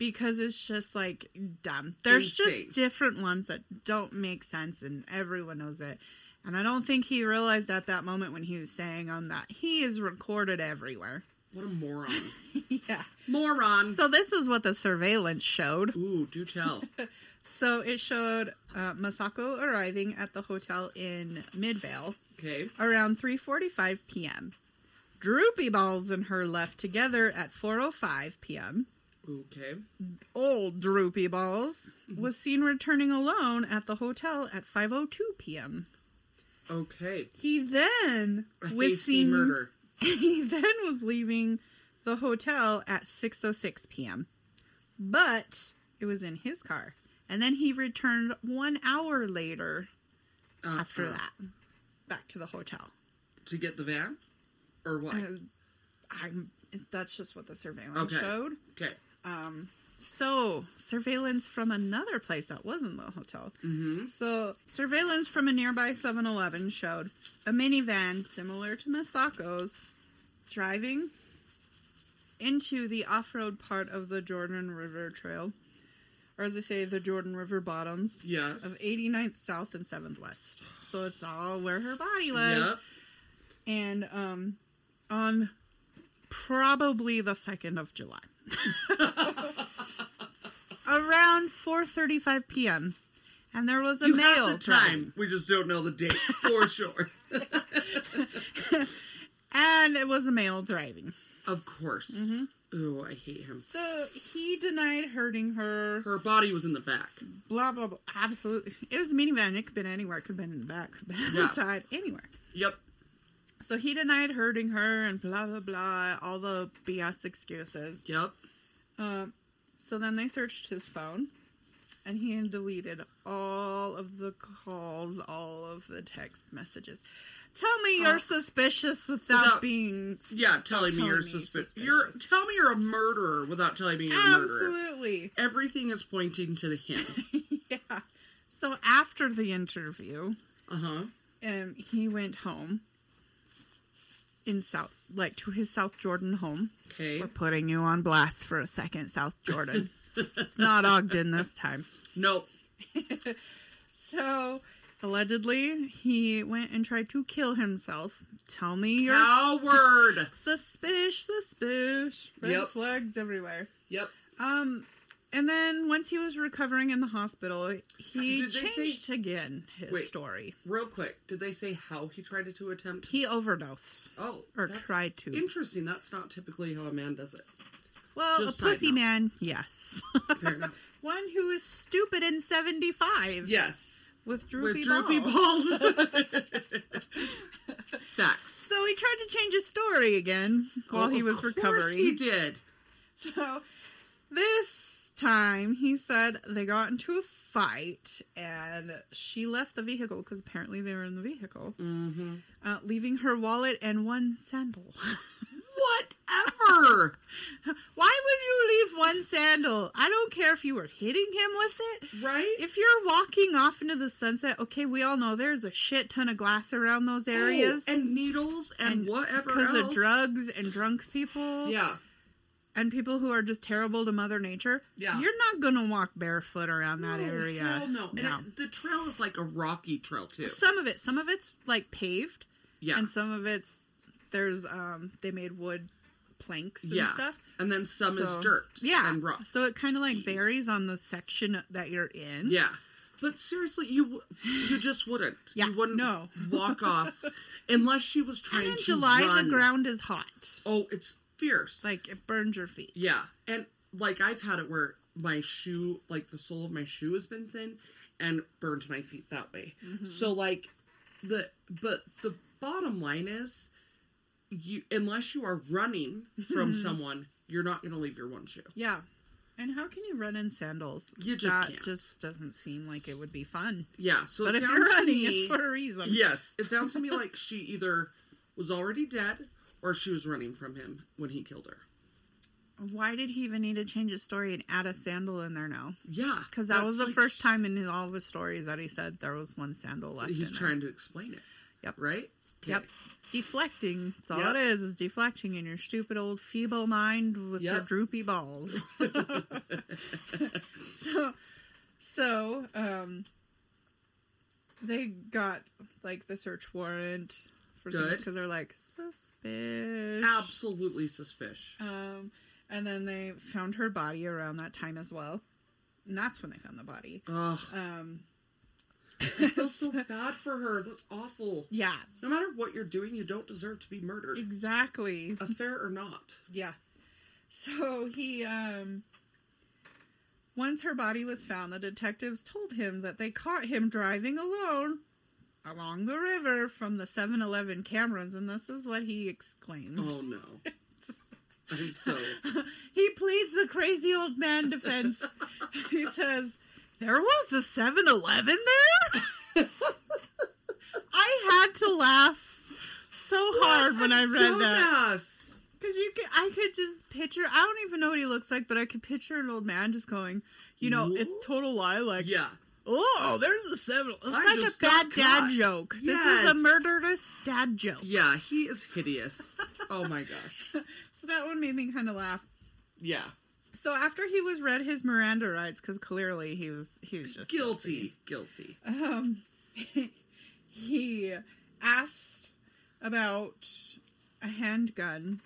B: because it's just like dumb. There's just
A: Insane.
B: different ones that don't make sense and everyone knows it. And I don't think he realized at that moment when he was saying on that he is recorded everywhere.
A: What a moron!
B: Yeah.
A: moron.
B: So this is what the surveillance showed.
A: Ooh, do tell.
B: So it showed uh, Masako arriving at the hotel in Midvale
A: Okay.
B: around 3:45 p.m. Droopy Balls and her left together at 4:05 p.m.
A: Okay.
B: Old Droopy Balls was seen returning alone at the hotel at 5:02 p.m.
A: Okay.
B: He then was
A: Hasty
B: seen
A: murder.
B: He then was leaving the hotel at 6:06 p.m. But it was in his car. And then he returned 1 hour later
A: Uh,
B: after
A: uh,
B: that back to the hotel.
A: to get the van, or what?
B: I'm that's just what the surveillance
A: Okay.
B: showed.
A: okay.
B: So surveillance from another place that wasn't the hotel. Mm-hmm. So surveillance from a nearby 7-Eleven showed a minivan similar to Masako's driving into the off-road part of the Jordan River Trail, or as they say, the Jordan River bottoms
A: Yes.
B: of 89th South and 7th West. So it's all where her body was
A: Yep.
B: and um, on probably the second of July, around four thirty-five p.m. And there was a
A: You
B: male
A: have the
B: driving.
A: time. We just don't know the date for sure.
B: and it was a male driving.
A: Of course.
B: Mm-hmm.
A: Ooh, I hate him.
B: So he denied hurting her.
A: Her body was in the back.
B: Blah blah blah. Absolutely, it was a minivan. It could have been anywhere. It could have been in the back. Could have been
A: Yeah.
B: outside. Anywhere.
A: Yep.
B: So he denied hurting her and blah blah blah. All the BS excuses.
A: Yep.
B: Um, So then they searched his phone and he had deleted all of the calls, all of the text messages. Tell me you're suspicious without,
A: without-
B: being.
A: Yeah, telling me
B: telling
A: you're
B: me
A: suspicious.
B: suspicious.
A: You're tell me you're a murderer without telling me you're a murderer.
B: Absolutely.
A: Everything is pointing to him.
B: Yeah. So after the interview,
A: Uh huh.
B: um, he went home in South, like to his South Jordan home.
A: Okay.
B: We're putting you on blast for a second, South Jordan. it's not Ogden this time.
A: No.
B: So allegedly, he went and tried to kill himself. Tell me you're
A: Coward.
B: suspicious, suspicious. Red
A: Yep.
B: flags everywhere.
A: Yep.
B: Um, And then once he was recovering in the hospital, he
A: Did they say-
B: changed again his
A: Wait.
B: story.
A: Real quick, did they say how he tried to attempt?
B: He overdosed.
A: Oh,
B: Or
A: that's
B: tried to.
A: Interesting. That's not typically how a man does it.
B: Well,
A: Just
B: a
A: side
B: pussy
A: note.
B: man, yes.
A: Fair enough.
B: One who is stupid in 75
A: Yes,
B: with droopy,
A: with droopy
B: balls.
A: balls. Facts.
B: So he tried to change his story again while he
A: Of
B: was
A: course
B: recovering.
A: he did.
B: So this time he said they got into a fight and she left the vehicle because apparently they were in the vehicle, mm-hmm. uh, leaving her wallet and one sandal.
A: Whatever.
B: Why would you leave one sandal? I don't care if you were hitting him with it.
A: right?
B: If you're walking off into the sunset, okay, we all know there's a shit ton of glass around those areas.
A: Oh, and needles and, whatever
B: because of
A: else.
B: drugs and drunk people.
A: Yeah.
B: and people who are just terrible to Mother Nature,
A: Yeah.
B: you're not gonna walk barefoot around that
A: Oh,
B: area.
A: Hell no. And it- the trail is like a rocky trail too.
B: some of it, some of it's like paved,
A: Yeah.
B: and some of it's there's um they made wood planks and
A: Yeah.
B: stuff,
A: And then some is dirt
B: yeah,
A: and rock.
B: So it kind of like varies on the section that you're in.
A: yeah. But seriously, you w- you just wouldn't.
B: Yeah,
A: You wouldn't
B: no.
A: walk off unless she was
B: and
A: trying
B: in
A: to
B: July
A: run.
B: the ground is hot,
A: Oh, it's fierce.
B: like it burns your feet.
A: yeah. And like I've had it where my shoe, like the sole of my shoe has been thin and burned my feet that way.
B: Mm-hmm.
A: So like the but the bottom line is you unless you are running from someone, you're not going to leave your one shoe.
B: Yeah. And how can you run in sandals?
A: You just
B: that
A: can't.
B: just doesn't seem like it would be fun.
A: Yeah, so
B: But
A: it
B: if
A: sounds
B: you're
A: to
B: running,
A: me,
B: it's for a reason.
A: yes, it sounds to me like she either was already dead or she was running from him when he killed her.
B: Why did he even need to change his story and add a sandal in there now?
A: Yeah,
B: Because that
A: that's
B: was the
A: like
B: first
A: s-
B: time in all of his stories that he said there was one sandal left.
A: he's
B: in
A: trying to explain it.
B: Yep.
A: Right.
B: There. Yep. Deflecting. That's all
A: Yep.
B: it is, is deflecting in your stupid old feeble mind with your
A: Yep.
B: droopy balls. so, so, um, they got like the search warrant for things
A: Good.
B: because they're like suspicious.
A: Absolutely suspicious.
B: Um, and then they found her body around that time as well. And that's when they found the body.
A: Ugh,
B: Um,
A: I feel so bad for her. That's awful.
B: yeah,
A: No matter what you're doing, you don't deserve to be murdered,
B: exactly.
A: affair or not.
B: Yeah. So he, um, once her body was found, the detectives told him that they caught him driving alone along the river from the 7 Eleven Camerons, and this is what he exclaimed.
A: Oh no. I'm so
B: He pleads the crazy old man defense. he says, There was a 7 Eleven there? I had to laugh so hard when I read that.
A: Dumbass.
B: Because you could, I could just picture, I don't even know what he looks like, but I could picture an old man just going, You know, it's
A: What?
B: total lie. Like,
A: Yeah.
B: oh, there's a 7 It's
A: I
B: like a
A: just
B: bad
A: got
B: dad
A: caught.
B: joke. This is
A: Yes.
B: a murderous dad joke.
A: Yeah. He is hideous. oh my gosh.
B: So that one made me kind of laugh.
A: Yeah.
B: So after he was read his Miranda rights, because clearly he was he was just
A: Guilty. Guilty.
B: Um, he asked about a handgun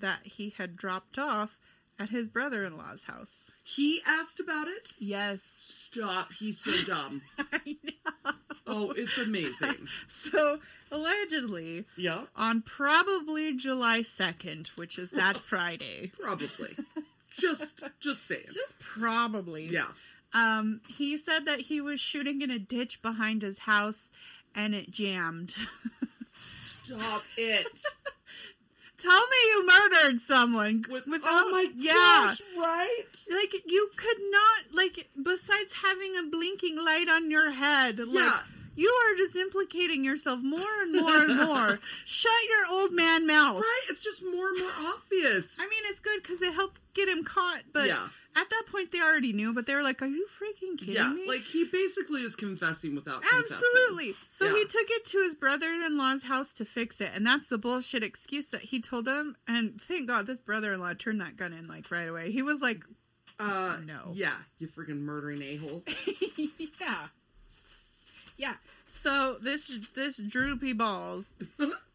B: that he had dropped off at his brother-in-law's house.
A: He asked about it.
B: Yes,
A: Stop. He's so dumb.
B: I know.
A: oh, it's amazing.
B: So allegedly,
A: Yeah.
B: on probably July second, which is that Friday,
A: Probably. Just, just saying.
B: just probably.
A: Yeah.
B: Um, he said that he was shooting in a ditch behind his house, and it jammed.
A: Stop it.
B: Tell me you murdered someone
A: With,
B: with
A: oh
B: all-
A: my
B: yeah.
A: gosh, right?
B: like you could not like besides having a blinking light on your head like
A: Yeah.
B: you are just implicating yourself more and more and more shut your old man mouth
A: Right? It's just more and more obvious.
B: i mean it's good because it helped get him caught but
A: Yeah.
B: at that point they already knew but they were like are you freaking kidding
A: Yeah,
B: me
A: like he basically is confessing without
B: Absolutely. So he
A: Yeah.
B: took it to his brother-in-law's house to fix it, and that's the bullshit excuse that he told them. And thank God this brother-in-law turned that gun in like right away. He was like,
A: confessing. Uh,
B: No.
A: Yeah, you freaking murdering a hole.
B: yeah. Yeah. So this this droopy balls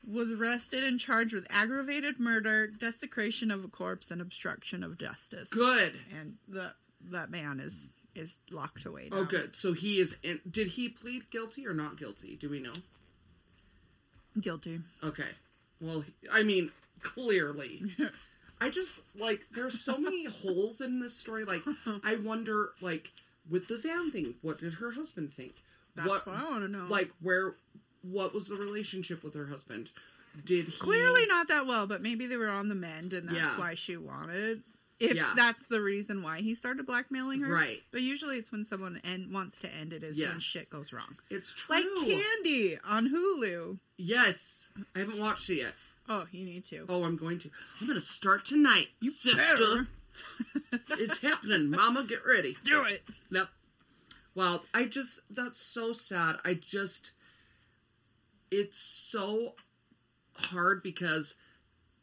B: was arrested and charged with aggravated murder, desecration of a corpse, and obstruction of justice.
A: Good.
B: And the that man is is locked away. Now.
A: Oh, good. So he is. In, did he plead guilty or not guilty? Do we know?
B: Guilty.
A: Okay. Well, he- I mean, clearly. I just like there's so many holes in this story. Like, I wonder, like with the van thing, what did her husband think?
B: That's what, I want to know.
A: Like, where? What was the relationship with her husband? Did he
B: clearly not that well, but maybe they were on the mend, and that's
A: Yeah.
B: why she wanted. If
A: Yeah.
B: that's the reason why he started blackmailing her,
A: Right.
B: But usually, it's when someone end, wants to end it is when
A: Yes.
B: shit goes wrong.
A: It's true.
B: Like Candy on Hulu.
A: yes, I haven't watched it yet.
B: Oh, you need to.
A: Oh, I'm going to. I'm going to start tonight, sister. it's happening, Mama. Get ready.
B: do it.
A: Yep. Wow, I just that's so sad. I just it's so hard because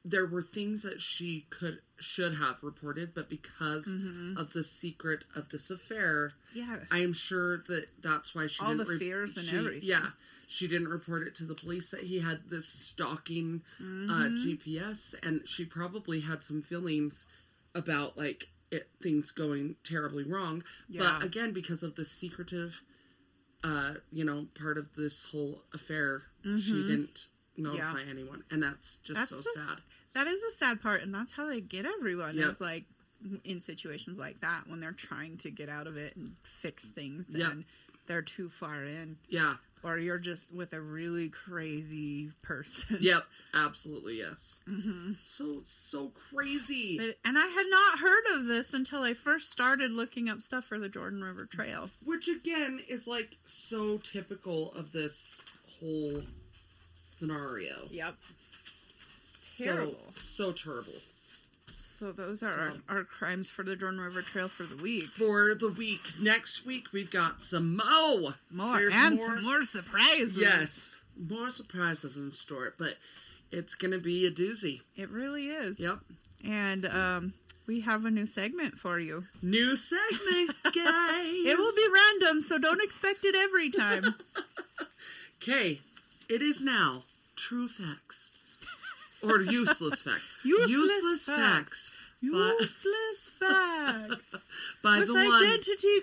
A: there were things that she could should have reported, but because of the secret of this affair,
B: Mm-hmm. Yeah.
A: I am sure that that's why she
B: All
A: didn't
B: the fears and
A: she-
B: everything.
A: Yeah, she didn't report it to the police that he had this stalking uh,
B: Mm-hmm.
A: GPS, and she probably had some feelings about like it, things going terribly wrong.
B: Yeah.
A: But again, because of the secretive, uh, you know, part of this whole affair, she didn't notify anyone, and that's just
B: Mm-hmm. That's
A: so
B: the s-
A: sad.
B: That is the sad part, and that's how they get everyone.
A: Yep.
B: Is like in situations like that when they're trying to get out of it and fix things,
A: Yep.
B: and they're too far in,
A: Yeah.
B: or you're just with a really crazy person.
A: Yep. Absolutely. Yes.
B: Mm-hmm.
A: So so crazy.
B: But, and I had not heard of this until I first started looking up stuff for the Jordan River Trail.
A: Which again is like so typical of this whole scenario.
B: Yep.
A: So,
B: Terrible.
A: so terrible.
B: So those are our,
A: So-
B: our crimes for the Jordan River Trail for the week.
A: For the week, next week we've got some Mo.
B: More
A: There's
B: and some more surprises.
A: Yes. More surprises in store, but it's gonna be a doozy.
B: It really is.
A: Yep.
B: And um, we have a new segment for you.
A: New segment, guys.
B: It will be random, so don't expect it every time.
A: Okay, it is now true facts or useless facts.
B: Useless facts.
A: But-
B: Useless facts.
A: by
B: With
A: the one
B: identity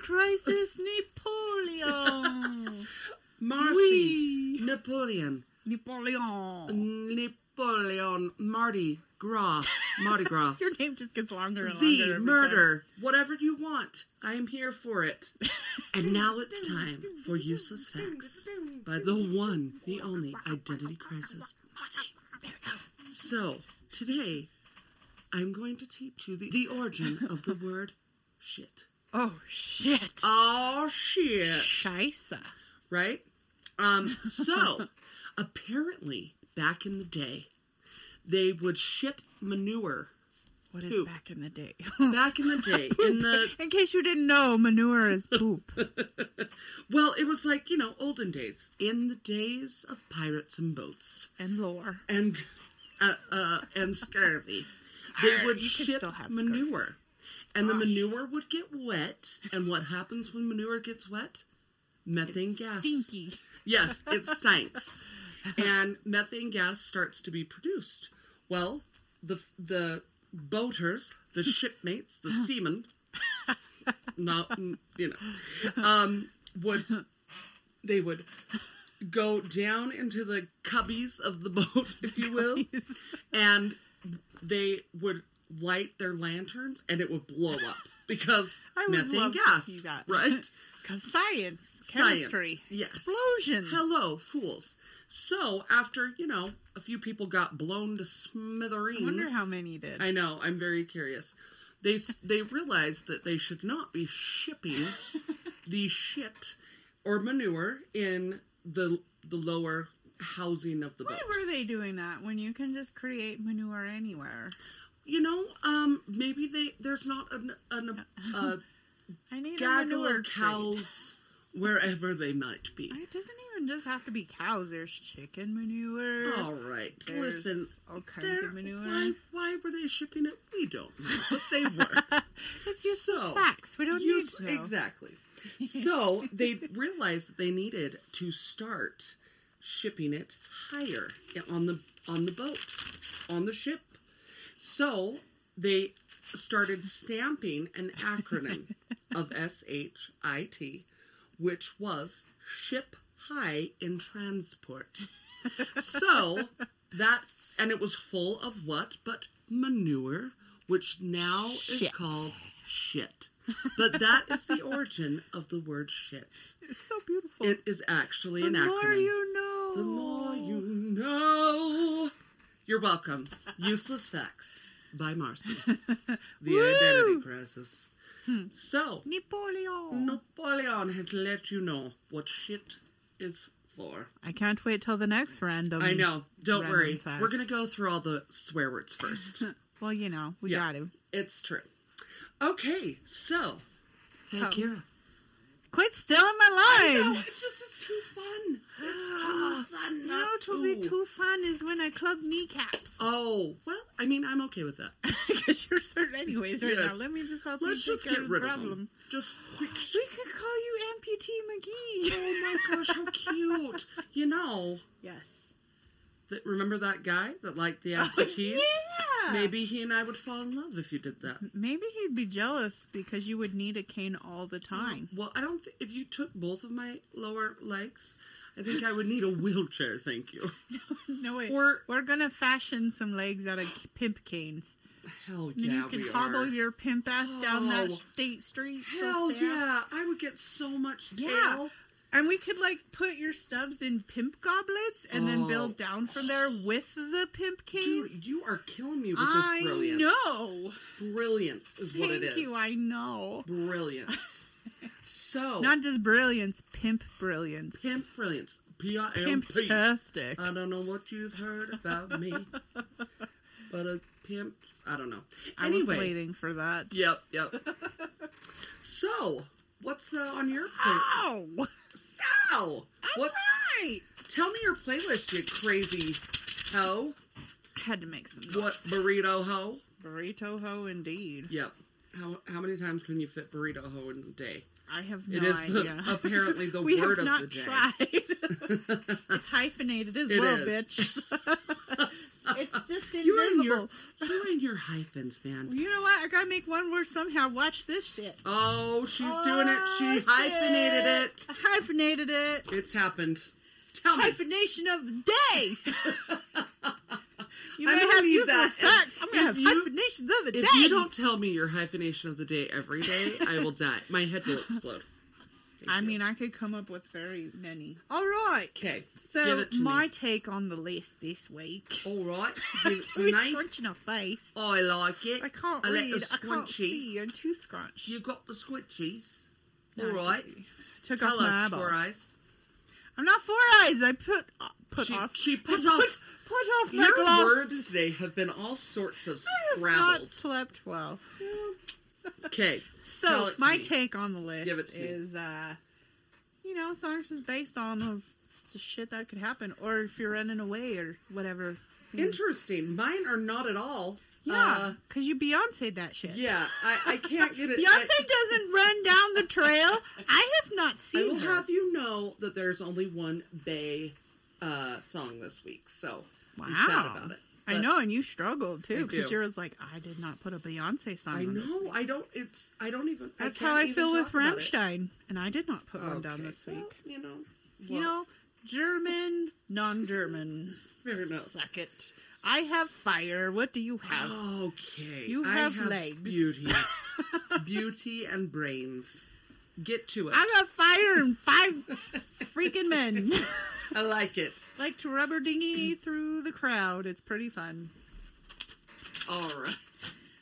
B: crisis, Napoleon.
A: Marcy Napoleon
B: Napoleon.
A: Napoleon Marty Gras Mardi Gras
B: Your name just gets longer and longer.
A: Z
B: every time.
A: murder whatever you want. I am here for it. and now it's time for useless facts by the one, the only identity crisis. Marty. So today, I'm going to teach you the, the origin of the word shit.
B: Oh shit.
A: Oh shit!
B: Scheiße.
A: right? Um, so apparently, back in the day, they would ship manure.
B: What is
A: Poop.
B: back in the day?
A: Back in the day, in the
B: in case you didn't know, manure is poop.
A: well, it was like you know olden days, in the days of pirates and boats
B: and lore.
A: and uh, uh, and scurvy, they
B: Arr,
A: would
B: you can
A: ship
B: still have scurvy.
A: manure, and the manure would get wet. And what happens when manure gets wet? Methane gas.
B: Stinky.
A: Yes, it stinks, and methane gas starts to be produced. Well, the the boaters, the shipmates, the seamen, not you know, um, would they would go down into the cubbies of the boat, if you will, and they would light their lanterns, and it would blow up because
B: I would
A: methane
B: love to
A: gas,
B: see that.
A: right?
B: Because science,
A: Science,
B: chemistry,
A: yes.
B: explosions.
A: Hello, fools. So after you know a few people got blown to smithereens,
B: I wonder how many did.
A: I know. I'm very curious. They s- they realized that they should not be shipping the shit or manure in the the lower housing of the boat.
B: Why were they doing that when you can just create manure anywhere?
A: You know, um, maybe they there's not an, an a
B: I need a
A: gaggle
B: manure
A: of
B: trade.
A: cows wherever they might be.
B: It doesn't even just have to be cows. There's chicken manure.
A: All right.
B: There's
A: Listen,
B: all kinds of manure.
A: Why, why were they shipping it? We don't know, but they were.
B: It's just
A: So,
B: facts. We don't
A: Use-
B: need to. know.
A: exactly. So they realized that they needed to start shipping it higher on the on the boat, on the ship. So they started stamping an acronym of SHIT, which was ship high in transport. So that, and it was full of what but manure, which now is
B: Shit.
A: called shit. But that is the origin of the word shit.
B: It's so beautiful.
A: It is actually
B: the
A: an acronym.
B: more you know.
A: The more you know. You're welcome. Useless Facts by Marcy. The Identity Crisis.
B: Hmm.
A: So,
B: Napoleon.
A: Napoleon has let you know what shit is for.
B: I can't wait till the next random.
A: I know. Don't
B: Mm. Random
A: worry.
B: fact.
A: We're going to go through all the swear words first.
B: Well, you know, we
A: Yeah.
B: got him.
A: it's true. Okay, so. Hey,
B: Oh.
A: Kira.
B: Quit stealing my
A: No,
B: line.
A: it just is too fun. It's too fun.
B: No,
A: not
B: to be too fun is when I club kneecaps.
A: Oh, well, I mean, I'm okay with that.
B: Because you're hurt anyways right now.
A: Yes.
B: Let me just help
A: Let's
B: you
A: just
B: take
A: get
B: care of the
A: rid of
B: problem.
A: them. Just quick.
B: We could call you Amputee McGee.
A: Oh my gosh, how cute! You know,
B: yes.
A: that, remember that guy that liked the amputees?
B: yeah.
A: Maybe he and I would fall in love if you did that.
B: Maybe he'd be jealous because you would need a cane all the time.
A: Well, I don't. Th- if you took both of my lower legs, I think I would need a wheelchair. Thank you.
B: No wait.
A: Or-
B: we're gonna fashion some legs out of pimp canes.
A: Hell
B: And
A: yeah,
B: you can
A: we
B: hobble
A: are.
B: your pimp ass down that
A: Oh.
B: state street.
A: Hell
B: so fast.
A: yeah! I would get so much tail.
B: Yeah. And we could like put your stubs in pimp goblets and then
A: Oh.
B: build down from there with the pimp
A: Dude,
B: canes.
A: you are killing me with
B: I
A: this brilliance.
B: know.
A: Brilliance is what it
B: Thank
A: is.
B: you. I know.
A: Brilliance. so
B: Not just brilliance, pimp brilliance.
A: Pimp Um, brilliance. P I M P.
B: Pimptastic.
A: I don't know what you've heard about me, but a pimp. I don't know.
B: I was
A: Anyway,
B: waiting for that.
A: yep, yep. so, what's uh, on your plate?
B: Oh,
A: Ow! What's?
B: right.
A: Tell me your playlist, you crazy hoe.
B: Had to make some noise.
A: What burrito hoe?
B: burrito ho indeed.
A: Yep. How how many times can you fit burrito hoe in a day?
B: I have no
A: It is the-
B: idea.
A: apparently the
B: we
A: word
B: have
A: of
B: not
A: the day.
B: tried. it's hyphenated as
A: It
B: well,
A: is.
B: bitch. it's just
A: You and your
B: invisible.
A: you and your hyphens, man.
B: You know what? I gotta make one word somehow. Watch this shit.
A: Oh, she's doing it.
B: Oh,
A: She
B: shit.
A: hyphenated it.
B: I hyphenated it.
A: It's happened. Tell me.
B: Hyphenation of the day. you
A: I'm
B: may
A: gonna
B: have
A: need
B: useless
A: that. If-
B: facts. I'm gonna
A: if
B: have
A: you-
B: hyphenations of the day.
A: If you don't tell me your hyphenation of the day every day, I will die. My head will explode.
B: I mean, I could come up with very many. All right.
A: Okay. give
B: So
A: it to
B: my
A: me.
B: take on the list this week.
A: All right. Give it to
B: Too
A: me.
B: scrunching her face.
A: I like it.
B: I can't
A: I
B: read.
A: Like the
B: I can't
A: squinchy.
B: see. I'm too scrunched.
A: You got the squinchies.
B: No, I
A: All
B: can
A: right.
B: see. Took
A: Tell
B: off my
A: us,
B: eyeballs.
A: Four Eyes.
B: I'm not four eyes. I put uh, put
A: She-
B: off.
A: she put
B: I
A: off-
B: put off my
A: Your
B: glasses.
A: words today have been all sorts of
B: I have not
A: scrabbles.
B: slept well.
A: Okay. Tell
B: So
A: it to
B: my
A: me.
B: take on the list
A: Give it to me.
B: is, uh, you know, songs is based on of s- shit that could happen, or if you're running away or whatever.
A: Interesting. Mine are not at all.
B: Yeah,
A: Uh,
B: because you Beyonce that shit.
A: yeah. I, I can't get it. I-
B: Beyonce doesn't run down the trail. I have not
A: I
B: seen
A: will
B: her.
A: have you know that there's only one Bay uh, song this week, so I'm sad about it.
B: I
A: But
B: know, and you struggled too
A: I
B: because
A: do.
B: you was like, I did not put a Beyonce song.
A: I
B: on this
A: know.
B: week."
A: I don't. It's. I don't even.
B: That's
A: I
B: how I
A: can't
B: feel
A: even
B: with
A: talk about it.
B: Ramstein, and I did not put one down
A: Okay,
B: this week.
A: well, you know.
B: you know, German, non-German,
A: Fair enough.
B: suck it. I have fire. What do you have?
A: Okay.
B: You
A: I
B: have legs.
A: Beauty. beauty and brains. Get to it.
B: I got fire and five freaking men.
A: I like it.
B: like to rubber dinghy through the crowd. It's pretty fun.
A: All right.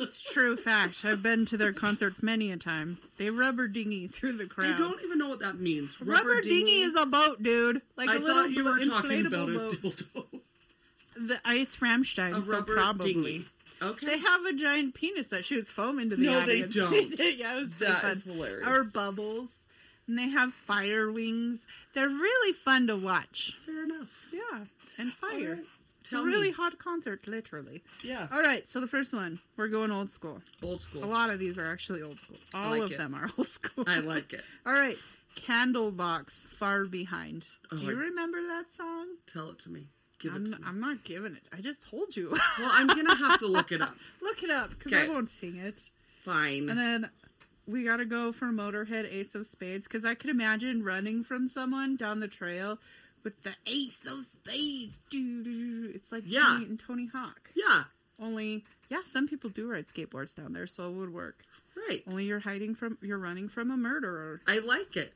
B: It's true fact. I've been to their concert many a time. They rubber dinghy through the crowd.
A: I don't even know what that means.
B: Rubber, dinghy, is a boat, dude. Like a
A: I
B: little
A: thought you
B: blo-
A: were talking
B: inflatable
A: about a
B: boat.
A: dildo.
B: The, I- it's Ramstein,
A: A
B: so
A: rubber
B: probably.
A: dinghy. Okay.
B: They have a giant penis that shoots foam into the
A: No, they
B: audience.
A: don't.
B: yeah, it was pretty
A: That
B: fun.
A: is hilarious.
B: Or bubbles. And they have fire wings. They're really fun to watch.
A: Fair enough.
B: Yeah, and fire.
A: right.
B: It's
A: Tell
B: a really
A: me.
B: hot concert, literally.
A: Yeah.
B: All right, so the first one, we're going old school.
A: Old school.
B: A lot of these are actually old school. All
A: like
B: of
A: it.
B: them are old school.
A: I like it.
B: All right, Candlebox, Far Behind. Do
A: Oh,
B: you
A: I-
B: remember that song?
A: Tell it to me. Give
B: I'm,
A: it to me.
B: I'm not giving it. I just told you.
A: Well, I'm gonna have to look it up.
B: Look it up because I
A: Okay.
B: won't sing it.
A: Fine.
B: And then we gotta go for Motorhead Ace of Spades because I could imagine running from someone down the trail with the Ace of Spades. Doo-doo-doo-doo. It's like
A: Yeah.
B: Tony and Tony Hawk.
A: Yeah,
B: Only, yeah, some people do ride skateboards down there, so it would work.
A: right.
B: Only you're hiding from, you're running from a murderer.
A: I like it.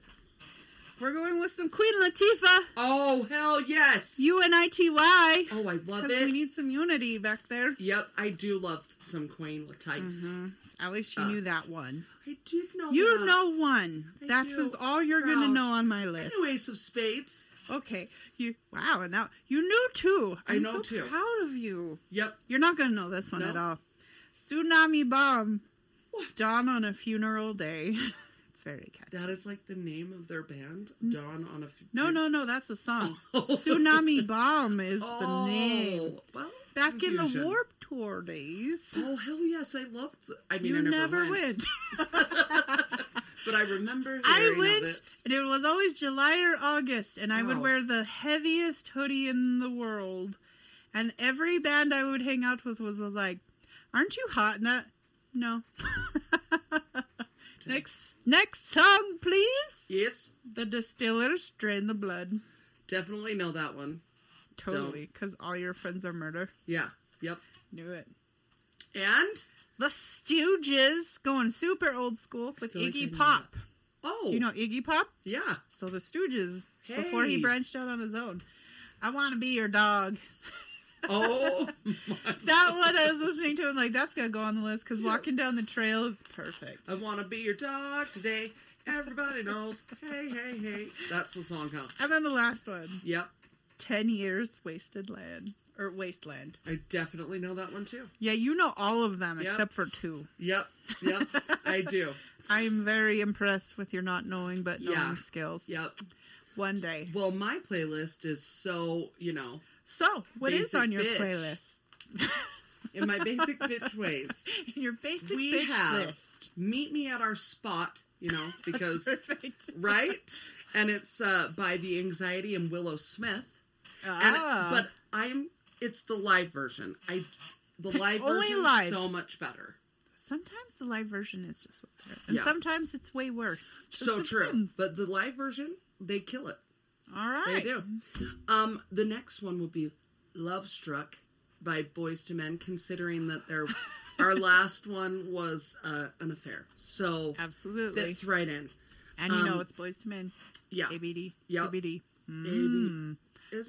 B: We're going with some Queen Latifah,
A: Oh hell yes.
B: U N I T Y,
A: Oh, I love
B: because we
A: it.
B: need some unity back there.
A: Yep, I do love some Queen Latifah.
B: At least
A: Ah.
B: you knew that one.
A: I did know.
B: Mm-hmm. You
A: that.
B: know one.
A: I
B: that
A: do.
B: was all you're gonna
A: Proud.
B: know on my list.
A: Anyways, of Spades.
B: Okay. You wow, and now you knew two.
A: I
B: I'm
A: know
B: so
A: two.
B: proud of you.
A: Yep.
B: You're not gonna know this one
A: No.
B: at all. Tsunami bomb.
A: What?
B: Dawn on a funeral day. it's very catchy.
A: That is like the name of their band, Dawn on a. F-
B: no, no, no, that's a song. Tsunami bomb is
A: Oh,
B: the name.
A: Well,
B: Back in
A: confusion.
B: the Warp Tour days.
A: Oh hell yes, I loved. The, I mean,
B: You
A: I never,
B: never
A: went,
B: went.
A: but I remember.
B: I
A: hearing of
B: went,
A: it.
B: and it was always July or August, and I would
A: Wow.
B: wear the heaviest hoodie in the world. And every band I would hang out with was, was like, "Aren't you hot in that?" No. next, next song, please.
A: Yes,
B: The Distillers, "Drain the Blood."
A: definitely know that one.
B: Totally, because all your friends are murder.
A: Yeah. Yep.
B: Knew it.
A: And
B: The Stooges, going super old school with
A: feel like I
B: Iggy
A: knew
B: Pop.
A: oh,
B: Do you know Iggy Pop?
A: Yeah.
B: So the Stooges, before he
A: Hey.
B: branched out on his own, I want to be your dog.
A: Oh,
B: That one I was listening to, I'm like, that's gonna go on the list because walking down the trail is perfect.
A: I want to be your dog today. Everybody knows. Hey, hey, hey. That's the song, huh?
B: And then the last one,
A: Yep.
B: ten years wasted land or wasteland.
A: I definitely know that one too.
B: Yeah, you know all of them
A: Yep.
B: except for two.
A: Yep. Yep. I do.
B: I'm very impressed with your not knowing but knowing
A: Yeah.
B: skills.
A: Yep.
B: One day.
A: Well, my playlist is so, you know,
B: So, what is
A: Basic
B: on your
A: bitch.
B: playlist?
A: in my basic bitch ways.
B: Your basic
A: We
B: bitch
A: have
B: list.
A: Meet Me at Our Spot, you know, because,
B: Perfect.
A: right? And it's uh, by The Anxiety and Willow Smith. And,
B: Ah.
A: But I'm, it's the live version. I, the live
B: only
A: version
B: live.
A: is so much better.
B: Sometimes the live version is just better, and
A: Yeah.
B: sometimes it's way worse. Just
A: so true.
B: depends.
A: But the live version, they kill it.
B: All right,
A: They do. Um, the next one will be Love Struck by Boys to Men, considering that their our last one was uh, an affair. So
B: absolutely,
A: fits right in.
B: and you know it's boys to men,
A: um, uh, Yeah.
B: ABD,
A: Yep.
B: ABD.
A: AB.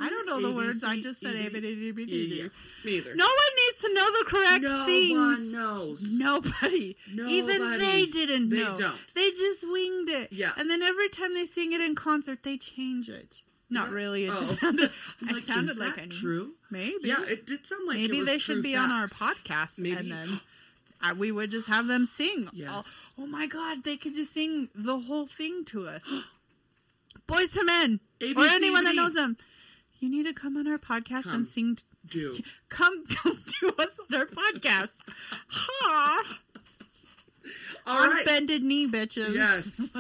B: I don't know the words, I just said ABD.
A: Me either.
B: No one needs to know the correct
A: No
B: things.
A: one knows.
B: Nobody. Even
A: Nobody.
B: they didn't
A: They
B: know.
A: don't.
B: They just winged it.
A: Yeah.
B: And then every time they sing it in concert, they change it. Not really. It
A: Oh.
B: just sounded.
A: I'm
B: it
A: like,
B: sounded
A: is
B: like
A: that
B: I knew.
A: true.
B: Maybe.
A: Yeah, it did sound like it
B: Maybe
A: was
B: they should
A: true
B: be on our
A: facts.
B: podcast,
A: Maybe-
B: and then I, we would just have them sing. all-
A: Yes.
B: oh my God, they could just sing the whole thing to us. Boys to men,
A: A, B,
B: or
A: C,
B: anyone that
A: D.
B: knows them, you need to come on our podcast
A: Come.
B: and sing. t-
A: Do
B: Come, come to us on our podcast. ha!
A: all
B: On
A: right.
B: bended knee, bitches.
A: Yes.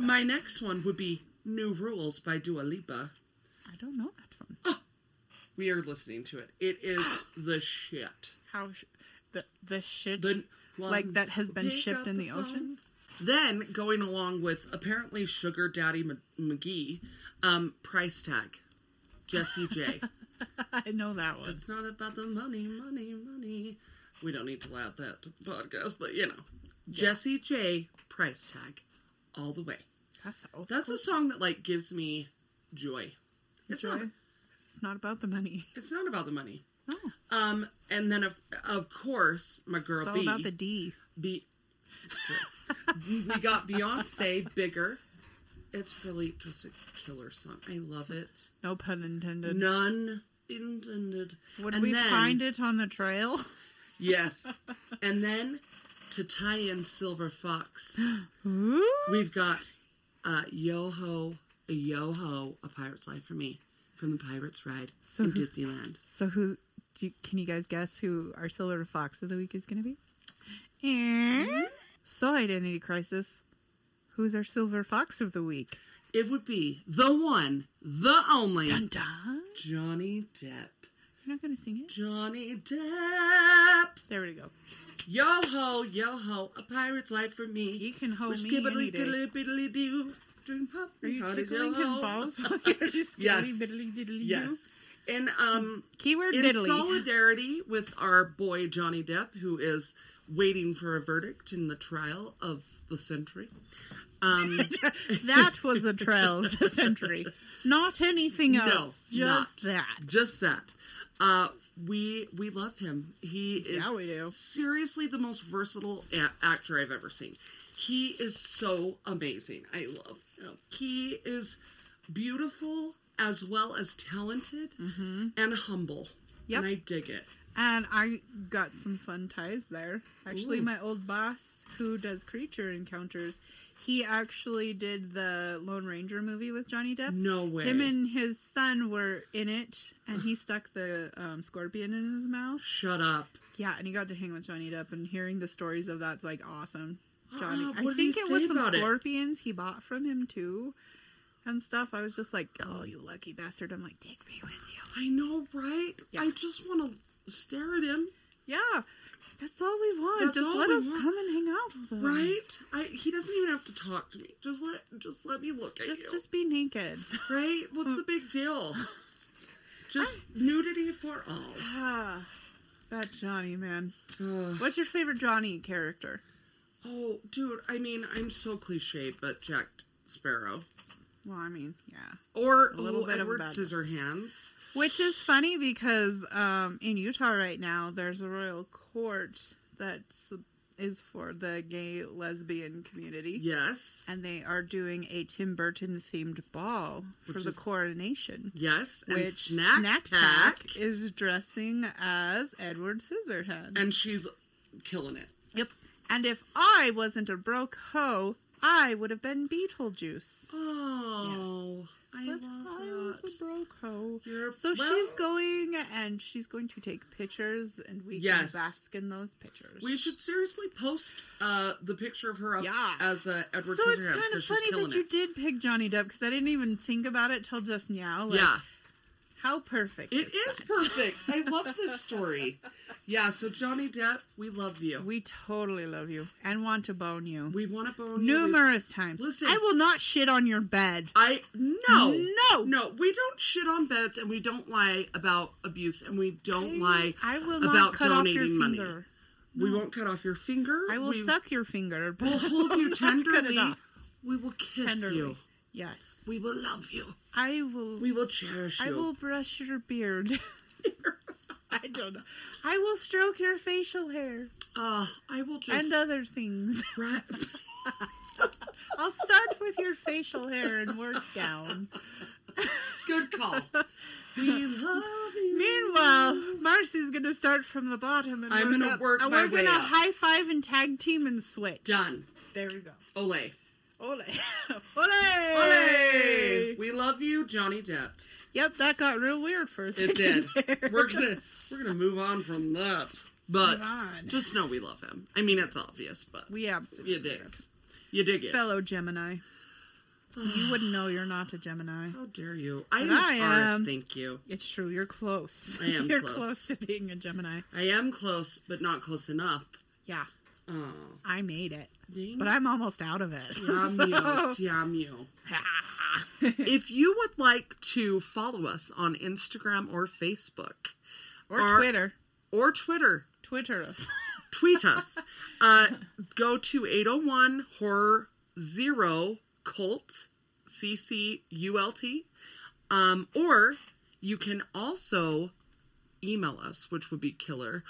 A: My next one would be New Rules by Dua Lipa.
B: I don't know that one.
A: We are listening to it. It is the shit.
B: How sh- the the shit
A: The-
B: like that has been
A: Pick
B: shipped
A: up
B: in the, ocean.
A: phone. Then going along with apparently Sugar Daddy M- McGee, um, price tag, Jesse J.
B: I know that one.
A: it's not about the money, money, money. We don't need to loud that to the podcast, but you know, Jesse J. Price tag, all the way.
B: That's old
A: That's
B: school.
A: a song that like gives me joy. It's not.
B: Joy? It's not about the money.
A: It's not about the money.
B: No.
A: Um, and then of of course my girl
B: Oh. It's all
A: B.
B: about the D.
A: Be- we got Beyonce bigger. It's really just a killer song. I love it.
B: No pun intended.
A: None intended.
B: Would
A: And
B: we
A: then-
B: find it on the trail?
A: Yes. and then to tie in Silver Fox,
B: Ooh.
A: we've got uh, Yo Ho, Yo Ho, A Pirate's Life for Me from the Pirates Ride
B: So
A: in
B: who-
A: Disneyland.
B: So who do you, can you guys guess who our silver fox of the week is going to be? Eh? So identity crisis. Who's our silver fox of the week?
A: It would be the one, the only
B: Dun dun.
A: Johnny Depp.
B: You're not gonna sing it.
A: Johnny Depp.
B: There we go.
A: Yo ho, yo ho, a pirate's life for me.
B: He can hoe me any day.
A: Skibbity-diddly-doo, Dream pop.
B: Are you
A: hotties,
B: tickling
A: yo
B: his
A: ho.
B: balls? while you're just
A: Yes.
B: giddily biddly diddly do?
A: Yes. And um,
B: Keyword
A: in
B: diddly.
A: solidarity with our boy Johnny Depp, who is waiting for a verdict in the trial of the century.
B: that was a trail of the century. Not anything else. just
A: not.
B: that.
A: Just that. Uh, we we love him. He is
B: Yeah, we do.
A: seriously the most versatile a- actor I've ever seen. He is so amazing. I love him. He is beautiful as well as talented and humble.
B: Mm-hmm. Yep.
A: And I dig it.
B: And I got some fun ties there. Actually,
A: Ooh.
B: my old boss who does creature encounters, he actually did the Lone Ranger movie with Johnny Depp.
A: No way.
B: Him and his son were in it, and he stuck the um, scorpion in his mouth.
A: Shut up.
B: Yeah, and he got to hang with Johnny Depp, and hearing the stories of that's like awesome. Johnny,
A: Ah,
B: I
A: what did he
B: think it was
A: say
B: some
A: about it?
B: scorpions he bought from him too, and stuff. I was just like, "Oh, you lucky bastard!" I'm like, "Take me with you."
A: I know, right? I just want to stare at him,
B: Yeah, that's all we want.
A: That's
B: Just
A: all
B: let
A: we
B: us
A: want.
B: come and hang out with them.
A: right? I, he doesn't even have to talk to me. Just let just let me look at
B: Just,
A: you.
B: just be naked.
A: Right? What's the big deal? Just nudity for all.
B: Ah, that Johnny man. What's your favorite Johnny character?
A: Oh, dude, I mean, I'm so cliche, but Jack Sparrow.
B: Well, I mean, yeah.
A: Or
B: little
A: ooh,
B: bit of a
A: Edward
B: bad-
A: Scissorhands.
B: Which is funny because um, in Utah right now, there's a royal court that is for the gay lesbian community.
A: Yes.
B: And they are doing a Tim Burton themed ball for
A: Which
B: the
A: is-
B: coronation.
A: Yes. And
B: Which
A: Snack, Pack.
B: is dressing as Edward Scissorhands.
A: And she's killing it.
B: yep. And if I wasn't a broke hoe, I would have been Beetlejuice.
A: Oh. I
B: But I
A: love
B: was
A: that.
B: a broke hoe.
A: You're-
B: So
A: well-
B: she's going and she's going to take pictures and we
A: Yes.
B: can bask in those pictures.
A: We should seriously post uh, the picture of her up
B: Yeah.
A: as uh, Edward
B: so it's
A: Scissorhands.
B: kind of
A: 'cause she's
B: funny
A: killing
B: that you
A: it.
B: did pick Johnny Depp because I didn't even think about it till just now. Like,
A: yeah.
B: How perfect.
A: It
B: is
A: is
B: that?
A: perfect. I love this story. Yeah, so Johnny Depp, we love you.
B: We totally love you and want to bone you.
A: We want to bone you. We-
B: Numerous times.
A: Listen.
B: I will not shit on your bed.
A: I no
B: No.
A: no. We don't shit on beds, and we don't lie about abuse, and we don't lie.
B: I will
A: about
B: not cut off your
A: donating money.
B: finger.
A: We won't cut off your finger.
B: I will
A: we,
B: suck your finger. But
A: We'll hold
B: I will
A: you
B: not cut it
A: tenderly.
B: off.
A: We will kiss
B: Tenderly.
A: you.
B: Yes.
A: We will love you.
B: I will.
A: We will cherish
B: I
A: you.
B: will brush your beard. I don't know. I will stroke your facial hair
A: Uh, I will just.
B: and uh, other things.
A: right,
B: I'll start with your facial hair and work down.
A: good call. we love you.
B: Meanwhile, Marcy's gonna start from the bottom and
A: I'm
B: work
A: gonna
B: up.
A: work
B: and
A: my
B: we're
A: way
B: gonna
A: up.
B: high five and tag team and switch.
A: Done.
B: There we go.
A: Olay.
B: Ole.
A: Olay.
B: Ole.
A: We love you, Johnny Depp.
B: Yep, that got real weird for a
A: It
B: second.
A: did.
B: there.
A: We're gonna we're gonna move on from that. But
B: move on.
A: just know we love him. I mean it's obvious, but
B: We absolutely
A: you dig. You dig it.
B: fellow Gemini. you wouldn't know you're not a Gemini.
A: How dare you? I am
B: But I
A: Taurus,
B: am.
A: thank you.
B: It's true. You're close.
A: I am
B: you're
A: close.
B: close. to being a Gemini.
A: I am close, but not close enough.
B: Yeah,
A: Oh.
B: I made it,
A: Dang.
B: but I'm almost out of it.
A: Damn you.
B: So-
A: Damn you. If you would like to follow us on Instagram or Facebook
B: or
A: Our-
B: Twitter,
A: or Twitter,
B: Twitter us.
A: tweet us. Uh, go to 801 Horror Zero Cult, C C U L T. Um, or you can also email us, which would be killer,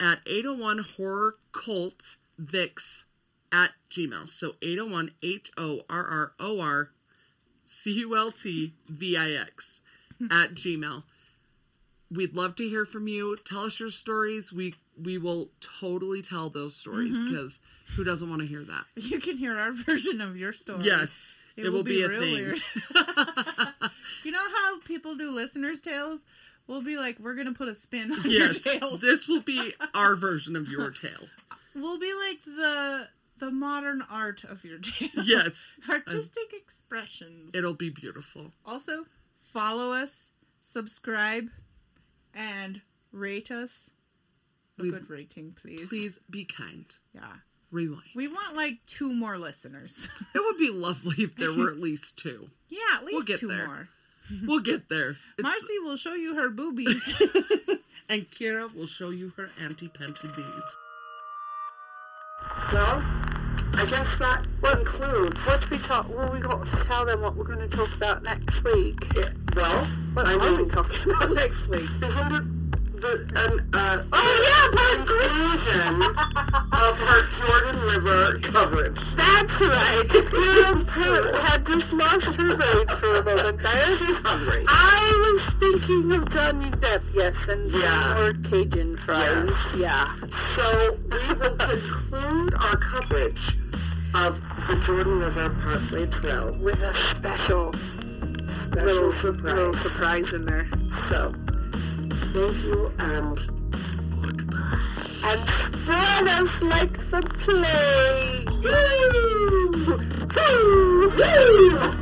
A: at 801 Horror Cult Vix at Gmail. So 801 H O R R O R C U L T V I X at Gmail we'd love to hear from you tell us your stories we we will totally tell those stories because who doesn't want to hear that
B: you can hear our version of your story.
A: yes it, will, be, a thing
B: you know how people do listeners' tales? We'll be like, we're gonna put a spin on
A: yes
B: your tales.
A: this will be our version of your tale
B: We'll be like the the modern art of your tale.
A: yes
B: Artistic expressions.
A: it'll be beautiful
B: Also, follow us, subscribe, and rate us a
A: We-
B: good rating, please.
A: Please be kind.
B: Yeah.
A: Rewind.
B: We want like two more listeners.
A: It would be lovely if there were at least two.
B: yeah, at least
A: get
B: two
A: there.
B: more.
A: We'll get there. It's,
B: Marcy will show you her boobies.
A: and Kira will show you her anti panty beads.
C: Well, I guess that concludes. Once we talk, well, we got to tell them what we're going to talk about next week. well, what I will be talking about next week. The hundred, the um, uh, oh yeah, conclusion of her Jordan River coverage. That's right. You two had this monster vote for a moment. I was hungry. I was thinking of Johnny Depp, yes, and or Cajun fries. Yeah. So we will conclude our coverage of the Jordan River Parkway Trail with a special, little, surprise. little surprise in there. So thank you and and spread us like the plague. Woo! Woo! Woo!